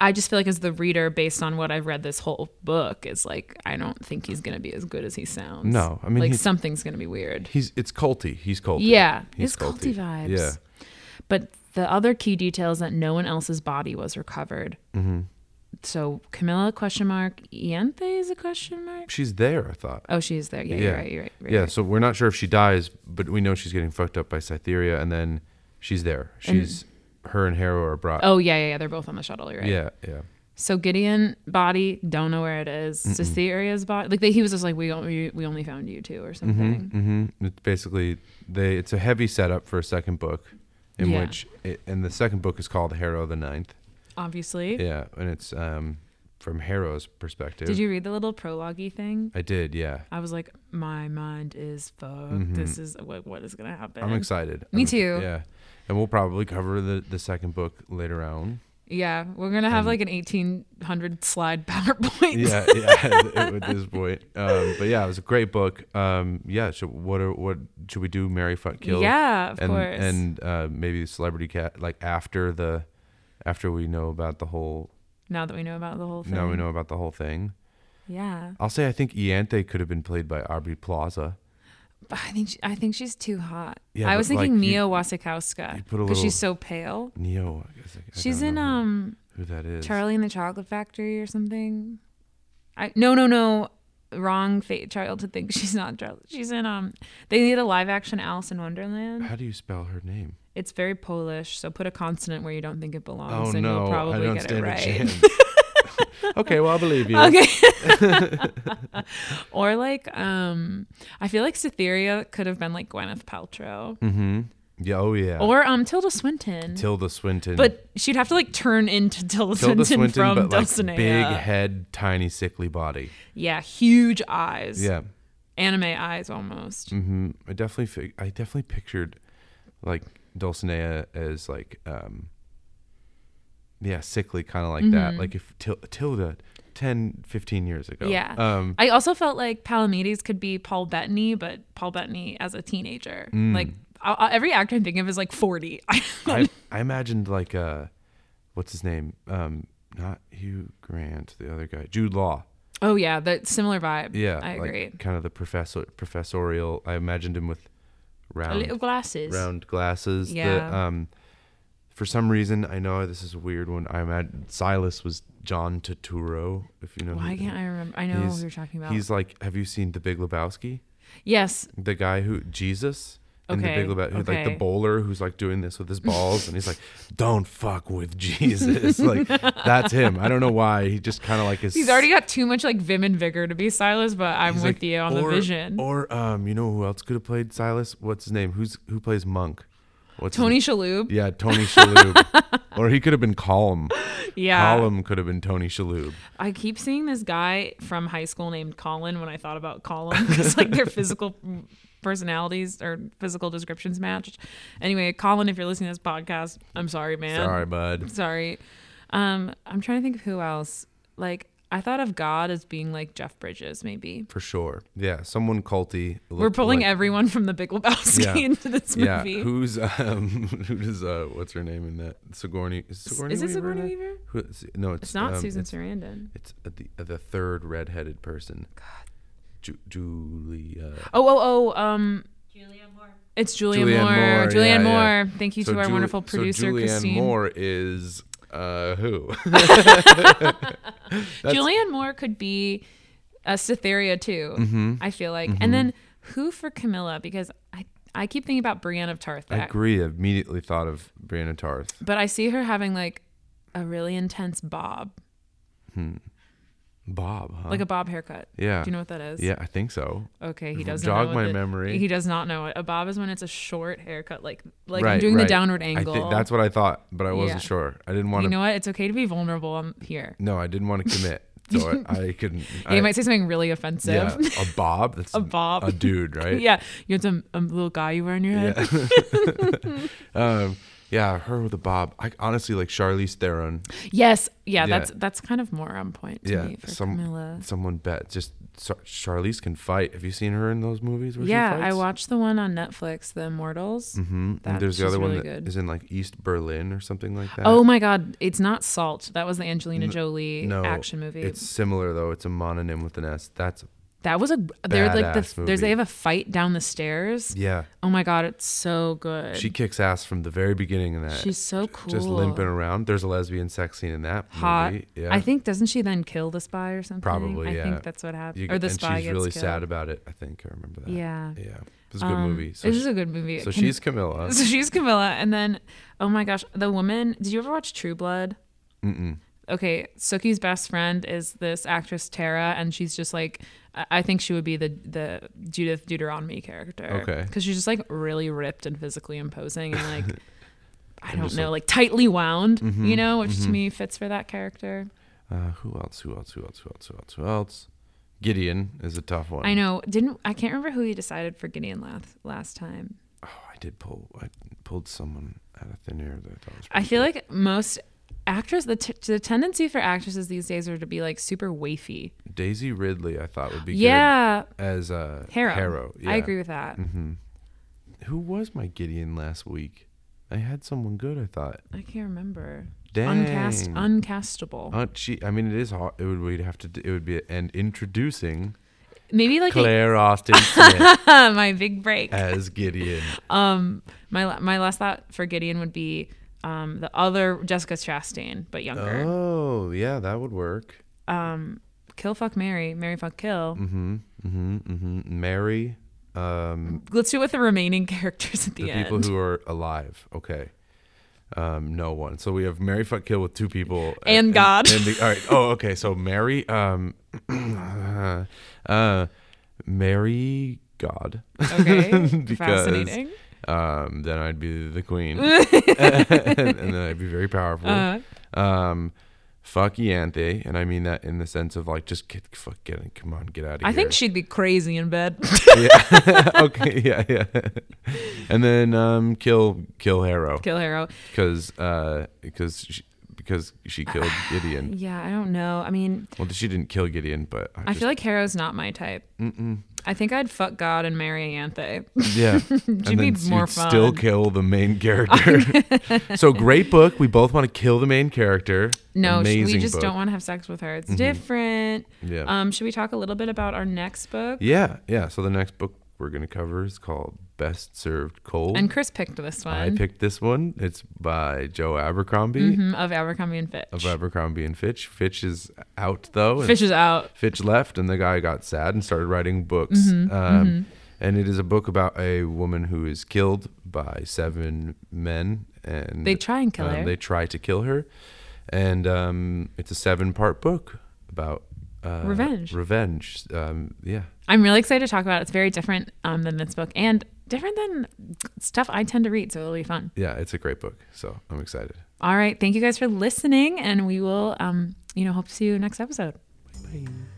[SPEAKER 2] I just feel like as the reader, based on what I've read this whole book, is like, I don't think he's gonna be as good as he sounds.
[SPEAKER 1] No, I mean,
[SPEAKER 2] like
[SPEAKER 1] he-
[SPEAKER 2] something's gonna be weird.
[SPEAKER 1] He's, it's culty. He's culty.
[SPEAKER 2] Yeah,
[SPEAKER 1] He's
[SPEAKER 2] it's culty vibes.
[SPEAKER 1] Yeah.
[SPEAKER 2] But the other key detail is that no one else's body was recovered. Mm-hmm. So Camilla question mark Iente is a question mark.
[SPEAKER 1] She's there, I thought.
[SPEAKER 2] Oh, she's there. Yeah,
[SPEAKER 1] yeah.
[SPEAKER 2] You're right, you're right. you're
[SPEAKER 1] yeah.
[SPEAKER 2] right.
[SPEAKER 1] So we're not sure if she dies, but we know she's getting fucked up by Cytheria and then she's there. She's, her and Harrow are brought.
[SPEAKER 2] Oh yeah, yeah, yeah. They're both on the shuttle. You're right.
[SPEAKER 1] Yeah. Yeah.
[SPEAKER 2] So Gideon body don't know where it is. Cytherea's body, like they, he was just like we only we only found you two or something.
[SPEAKER 1] hmm It's basically they. It's a heavy setup for a second book, in
[SPEAKER 2] Yeah.
[SPEAKER 1] which it, and the second book is called Harrow the Ninth.
[SPEAKER 2] Obviously,
[SPEAKER 1] Yeah, and it's um from Harrow's perspective.
[SPEAKER 2] did you read the little prologue thing?
[SPEAKER 1] I did. Yeah,
[SPEAKER 2] I was like, my mind is fucked. This is what what is gonna happen.
[SPEAKER 1] Mm-hmm. I'm excited.
[SPEAKER 2] Me
[SPEAKER 1] I'm-
[SPEAKER 2] too.
[SPEAKER 1] Yeah, and we'll probably cover the the second book later on.
[SPEAKER 2] Yeah, we're gonna have
[SPEAKER 1] And-
[SPEAKER 2] like an 1800 slide PowerPoint.
[SPEAKER 1] Yeah, yeah. at this point, um, but yeah, it was a great book. Um, yeah. So what are what should we do? Mary fuck kill.
[SPEAKER 2] Yeah, of
[SPEAKER 1] and
[SPEAKER 2] course.
[SPEAKER 1] and uh, maybe celebrity cat like after the after we know about the whole
[SPEAKER 2] now that we know about the whole thing.
[SPEAKER 1] now we know about the whole thing.
[SPEAKER 2] Yeah,
[SPEAKER 1] I'll say I think Iante could have been played by Aubrey Plaza.
[SPEAKER 2] but I think she, I think she's too hot.
[SPEAKER 1] Yeah,
[SPEAKER 2] I
[SPEAKER 1] but,
[SPEAKER 2] was thinking
[SPEAKER 1] like, you-
[SPEAKER 2] Mia
[SPEAKER 1] you
[SPEAKER 2] Wasikowska
[SPEAKER 1] put a
[SPEAKER 2] because
[SPEAKER 1] little-
[SPEAKER 2] she's so pale.
[SPEAKER 1] Neo, I guess. I, I
[SPEAKER 2] She's
[SPEAKER 1] don't
[SPEAKER 2] in
[SPEAKER 1] know
[SPEAKER 2] um.
[SPEAKER 1] who, who that is.
[SPEAKER 2] Charlie and the Chocolate Factory or something. I no no no wrong fate child to think she's not Charlie. She's in um they need a live action Alice in Wonderland.
[SPEAKER 1] How do you spell her name?
[SPEAKER 2] It's very Polish, so put a consonant where you don't think it belongs
[SPEAKER 1] Oh
[SPEAKER 2] and
[SPEAKER 1] no,
[SPEAKER 2] you'll
[SPEAKER 1] I
[SPEAKER 2] probably
[SPEAKER 1] don't
[SPEAKER 2] get it
[SPEAKER 1] stand a
[SPEAKER 2] right.
[SPEAKER 1] chance. okay, well I believe you.
[SPEAKER 2] Okay. or like um I feel like Cytheria could have been like Gwyneth Paltrow.
[SPEAKER 1] Mm-hmm. Yeah. Oh yeah.
[SPEAKER 2] Or um Tilda Swinton.
[SPEAKER 1] Tilda Swinton.
[SPEAKER 2] but she'd have to like turn into Tilda,
[SPEAKER 1] Tilda
[SPEAKER 2] Swinton,
[SPEAKER 1] Swinton,
[SPEAKER 2] from
[SPEAKER 1] but like
[SPEAKER 2] Dulcinea.
[SPEAKER 1] big head, tiny sickly body.
[SPEAKER 2] yeah, huge eyes.
[SPEAKER 1] Yeah.
[SPEAKER 2] anime eyes almost.
[SPEAKER 1] Mm-hmm. I definitely, fi- I definitely pictured like Dulcinea as like, um, yeah, sickly, kind of like that. Like if Til- Tilda, 10, 15 years ago.
[SPEAKER 2] Yeah.
[SPEAKER 1] Um,
[SPEAKER 2] I also felt like Palamedes could be Paul Bettany, but Paul Bettany as a teenager.
[SPEAKER 1] Mm.
[SPEAKER 2] Like I, I- every actor I'm thinking of is like 40.
[SPEAKER 1] I, I imagined like uh what's his name? Um not Hugh Grant, the other guy. Jude Law.
[SPEAKER 2] oh yeah, that similar vibe.
[SPEAKER 1] Yeah.
[SPEAKER 2] I
[SPEAKER 1] like,
[SPEAKER 2] agree.
[SPEAKER 1] Kind of the professor professorial I imagined him with
[SPEAKER 2] A little
[SPEAKER 1] round
[SPEAKER 2] glasses.
[SPEAKER 1] round glasses. The,
[SPEAKER 2] Yeah.
[SPEAKER 1] um for some reason I know this is a weird one. I imagine Silas was John Turturro, if you know.
[SPEAKER 2] Why can't I remember? I know who you're talking about.
[SPEAKER 1] He's like have you seen the Big Lebowski?
[SPEAKER 2] yes.
[SPEAKER 1] the guy who Jesus in
[SPEAKER 2] Okay,
[SPEAKER 1] the Big Lebowski, who, like
[SPEAKER 2] okay.
[SPEAKER 1] the bowler who's like doing this with his balls, and he's like, "Don't fuck with Jesus." like that's him. I don't know why he just kind of like is.
[SPEAKER 2] He's already got too much like vim and vigor to be Silas, but I'm
[SPEAKER 1] he's
[SPEAKER 2] with
[SPEAKER 1] like,
[SPEAKER 2] you on the
[SPEAKER 1] or-
[SPEAKER 2] vision.
[SPEAKER 1] Or um, you know who else could have played Silas? What's his name? Who's who plays Monk? What's his-
[SPEAKER 2] Tony Shalhoub.
[SPEAKER 1] yeah, Tony Shalhoub. or he could have been Column.
[SPEAKER 2] Uh, Yeah.
[SPEAKER 1] Column could have been Tony Shalhoub.
[SPEAKER 2] I keep seeing this guy from high school named Colin when I thought about Colin because like their physical personalities or physical descriptions matched. Anyway, Colin, if you're listening to this podcast, I'm sorry, man.
[SPEAKER 1] Sorry, bud.
[SPEAKER 2] Sorry. Um, I'm trying to think of who else. Like I thought of God as being like Jeff Bridges, maybe.
[SPEAKER 1] for sure. Yeah, someone culty.
[SPEAKER 2] We're pulling
[SPEAKER 1] like,
[SPEAKER 2] everyone from the Big Lebowski
[SPEAKER 1] Yeah.
[SPEAKER 2] into this
[SPEAKER 1] Yeah,
[SPEAKER 2] movie.
[SPEAKER 1] who's um, who does uh, what's her name in that Sigourney? Is, Sigourney
[SPEAKER 2] is it
[SPEAKER 1] Weaver in
[SPEAKER 2] Sigourney
[SPEAKER 1] it?
[SPEAKER 2] Weaver?
[SPEAKER 1] Who, is- no, it's,
[SPEAKER 2] It's not
[SPEAKER 1] um,
[SPEAKER 2] Susan
[SPEAKER 1] It's,
[SPEAKER 2] Sarandon.
[SPEAKER 1] it's uh, the uh, the third redheaded person. God, Ju- Julia.
[SPEAKER 2] Oh, oh, oh. Um,
[SPEAKER 4] Julia Moore.
[SPEAKER 2] it's Julia
[SPEAKER 1] Julianne
[SPEAKER 2] Moore.
[SPEAKER 1] Moore,
[SPEAKER 2] Julianne
[SPEAKER 1] yeah, yeah.
[SPEAKER 2] Moore. Thank you to our
[SPEAKER 1] Ju-
[SPEAKER 2] wonderful producer,
[SPEAKER 1] so Julianne
[SPEAKER 2] Christine.
[SPEAKER 1] Moore is uh, who?
[SPEAKER 2] Julianne Moore could be a Cytherea too.
[SPEAKER 1] Mm-hmm.
[SPEAKER 2] I feel like, and then who for Camilla? Because I I keep thinking about Brienne of Tarth,
[SPEAKER 1] I agree. I immediately thought of Brianna Tarth.
[SPEAKER 2] but I see her having like a really intense bob,
[SPEAKER 1] Bob, huh?
[SPEAKER 2] like a bob haircut.
[SPEAKER 1] Uh-huh. yeah.
[SPEAKER 2] Do you know what that is?
[SPEAKER 1] yeah, I think so.
[SPEAKER 2] Okay, he doesn't
[SPEAKER 1] Jog
[SPEAKER 2] know what
[SPEAKER 1] my
[SPEAKER 2] the-
[SPEAKER 1] memory.
[SPEAKER 2] He does not know it. A bob is when it's a short haircut, like like
[SPEAKER 1] right,
[SPEAKER 2] doing
[SPEAKER 1] right.
[SPEAKER 2] the downward
[SPEAKER 1] I thi-
[SPEAKER 2] angle.
[SPEAKER 1] that's what I thought, but I
[SPEAKER 2] Yeah.
[SPEAKER 1] wasn't sure. I didn't want
[SPEAKER 2] you
[SPEAKER 1] to.
[SPEAKER 2] know what? It's okay to be vulnerable. I'm here.
[SPEAKER 1] No, I didn't want to commit, so I, I couldn't.
[SPEAKER 2] Yeah,
[SPEAKER 1] I-
[SPEAKER 2] you might say something really offensive.
[SPEAKER 1] yeah, a Bob. That's
[SPEAKER 2] A bob.
[SPEAKER 1] A dude, right?
[SPEAKER 2] yeah, you it's a, a little guy you wear on your head.
[SPEAKER 1] Yeah. um, yeah, her with a bob. I honestly like Charlize Theron.
[SPEAKER 2] Yes, yeah,
[SPEAKER 1] Yeah.
[SPEAKER 2] that's that's kind of more on point to
[SPEAKER 1] Yeah,
[SPEAKER 2] me for
[SPEAKER 1] some-
[SPEAKER 2] Camilla.
[SPEAKER 1] Someone bet. Just Char- Charlize can fight. Have you seen her in those movies? Where
[SPEAKER 2] Yeah,
[SPEAKER 1] she
[SPEAKER 2] I
[SPEAKER 1] fights?
[SPEAKER 2] watched the one on Netflix, The Immortals.
[SPEAKER 1] Mm-hmm.
[SPEAKER 2] That-
[SPEAKER 1] And there's the
[SPEAKER 2] she's
[SPEAKER 1] other one
[SPEAKER 2] really
[SPEAKER 1] that is
[SPEAKER 2] good.
[SPEAKER 1] in like East Berlin or something like that.
[SPEAKER 2] Oh my God, it's not Salt. That was the Angelina
[SPEAKER 1] N-
[SPEAKER 2] Jolie
[SPEAKER 1] no,
[SPEAKER 2] action movie.
[SPEAKER 1] It's similar though. It's a mononym with an S. That's
[SPEAKER 2] that was a they're like the,
[SPEAKER 1] badass
[SPEAKER 2] there's
[SPEAKER 1] movie.
[SPEAKER 2] they have a fight down the stairs.
[SPEAKER 1] yeah.
[SPEAKER 2] Oh my God, it's so good.
[SPEAKER 1] She kicks ass from the very beginning of that.
[SPEAKER 2] She's so cool.
[SPEAKER 1] just limping around. There's a lesbian sex scene in that
[SPEAKER 2] hot.
[SPEAKER 1] movie. Yeah.
[SPEAKER 2] I think doesn't she then kill the spy or something?
[SPEAKER 1] Probably,
[SPEAKER 2] I
[SPEAKER 1] yeah.
[SPEAKER 2] think that's what
[SPEAKER 1] You
[SPEAKER 2] happened.
[SPEAKER 1] get-
[SPEAKER 2] Or the
[SPEAKER 1] and
[SPEAKER 2] spy
[SPEAKER 1] she's
[SPEAKER 2] gets
[SPEAKER 1] really
[SPEAKER 2] killed.
[SPEAKER 1] sad about it. I think I remember that.
[SPEAKER 2] Yeah.
[SPEAKER 1] Yeah. It was a good
[SPEAKER 2] Um,
[SPEAKER 1] movie. So,
[SPEAKER 2] this
[SPEAKER 1] she-
[SPEAKER 2] is a good movie.
[SPEAKER 1] so
[SPEAKER 2] Can-
[SPEAKER 1] she's Camilla.
[SPEAKER 2] So she's Camilla, and then oh my gosh, the woman. Did you ever watch True Blood?
[SPEAKER 1] Mm-mm.
[SPEAKER 2] Okay, Suki's best friend is this actress Tara, and she's just like I I think she would be the the Judith Deuteronomy character.
[SPEAKER 1] Okay.
[SPEAKER 2] because she's just like really ripped and physically imposing, and like I
[SPEAKER 1] And
[SPEAKER 2] don't
[SPEAKER 1] just,
[SPEAKER 2] know, like, tightly wound, you
[SPEAKER 1] Mhm,
[SPEAKER 2] know, which to
[SPEAKER 1] mhm.
[SPEAKER 2] me fits for that character.
[SPEAKER 1] Uh, who else? Who else? Who else? Who else? Who else? Who else? Gideon is a tough one.
[SPEAKER 2] I know. Didn't I can't remember who he decided for Gideon last last time.
[SPEAKER 1] Oh, I did pull. I pulled someone out of thin air that I thought was.
[SPEAKER 2] I
[SPEAKER 1] pretty
[SPEAKER 2] feel
[SPEAKER 1] good.
[SPEAKER 2] like most actors the, t- the tendency for actresses these days are to be like super wafy.
[SPEAKER 1] Daisy Ridley. I thought would be
[SPEAKER 2] yeah,
[SPEAKER 1] good as uh,
[SPEAKER 2] Harrow.
[SPEAKER 1] Harrow. Yeah.
[SPEAKER 2] I agree with that.
[SPEAKER 1] Mm-hmm. Who was my Gideon last week? I had someone good. I thought.
[SPEAKER 2] I can't remember.
[SPEAKER 1] Dang.
[SPEAKER 2] Uncast, uncastable.
[SPEAKER 1] Uh, she, I mean, it is hard. It would. We'd have to. d- It would be. And introducing
[SPEAKER 2] Maybe like a,
[SPEAKER 1] Claire Uh. Austin Smith
[SPEAKER 2] my big break.
[SPEAKER 1] as Gideon.
[SPEAKER 2] Um, my la- my last thought for Gideon would be um the other Jessica Chastain, but younger.
[SPEAKER 1] Oh, yeah, that would work.
[SPEAKER 2] Um, kill fuck Mary, Mary fuck kill.
[SPEAKER 1] Mm-hmm. Mm-hmm. Mm-hmm. Mary. Um,
[SPEAKER 2] Let's do it with the remaining characters at the,
[SPEAKER 1] the
[SPEAKER 2] end.
[SPEAKER 1] people who are alive. Okay. Um, no one. So we have Mary fuck kill with two people
[SPEAKER 2] And God.
[SPEAKER 1] and the- all right. Oh, okay. So Mary. Um. uh, Mary God.
[SPEAKER 2] okay,
[SPEAKER 1] Because-
[SPEAKER 2] fascinating.
[SPEAKER 1] Um. Then I'd be the queen, and, then I'd be very powerful.
[SPEAKER 2] Uh,
[SPEAKER 1] Um. Fuck Yanthe, and I mean that in the sense of like just get fuck get it, come on get out of here.
[SPEAKER 2] I think she'd be crazy in bed.
[SPEAKER 1] yeah. okay, yeah, yeah. And then um, kill kill Harrow
[SPEAKER 2] kill Harrow.
[SPEAKER 1] because uh, because she, because she killed Gideon.
[SPEAKER 2] Yeah, I don't know. I mean,
[SPEAKER 1] Well, she didn't kill Gideon, but I,
[SPEAKER 2] I feel like Harrow's not my type.
[SPEAKER 1] mm-mm.
[SPEAKER 2] I think I'd fuck God and marry Anthe.
[SPEAKER 1] yeah. and
[SPEAKER 2] She'd be
[SPEAKER 1] then
[SPEAKER 2] more
[SPEAKER 1] you'd
[SPEAKER 2] fun.
[SPEAKER 1] still kill the main character. so great book. We both want to kill the main character.
[SPEAKER 2] no, sh-
[SPEAKER 1] Amazing
[SPEAKER 2] we just
[SPEAKER 1] book. Mm-hmm.
[SPEAKER 2] don't want to have sex with her. It's different.
[SPEAKER 1] Yeah.
[SPEAKER 2] Um, should we talk a little bit about our next book?
[SPEAKER 1] yeah, yeah. So the next book we're gonna cover is called Best Served Cold.
[SPEAKER 2] And Chris picked this one
[SPEAKER 1] I picked this one. It's by Joe Abercrombie.
[SPEAKER 2] Mhm, of Abercrombie and Fitch.
[SPEAKER 1] of Abercrombie and Fitch. Fitch is out though. and
[SPEAKER 2] Fitch is out.
[SPEAKER 1] Fitch left, and the guy got sad and started writing books.
[SPEAKER 2] Mm-hmm,
[SPEAKER 1] um, And it is a book about a woman who is killed by seven men, and
[SPEAKER 2] They try and kill
[SPEAKER 1] um,
[SPEAKER 2] her.
[SPEAKER 1] They try to kill her, and um, it's a seven-part book about uh,
[SPEAKER 2] Revenge.
[SPEAKER 1] Revenge. Um, yeah.
[SPEAKER 2] I'm really excited to talk about it. It's very different um, than this book and different than stuff I tend to read, so it'll be fun.
[SPEAKER 1] Yeah, it's a great book, so I'm excited.
[SPEAKER 2] All right. Thank you guys for listening, and we will, um, you know, hope to see you next episode.
[SPEAKER 1] Bye.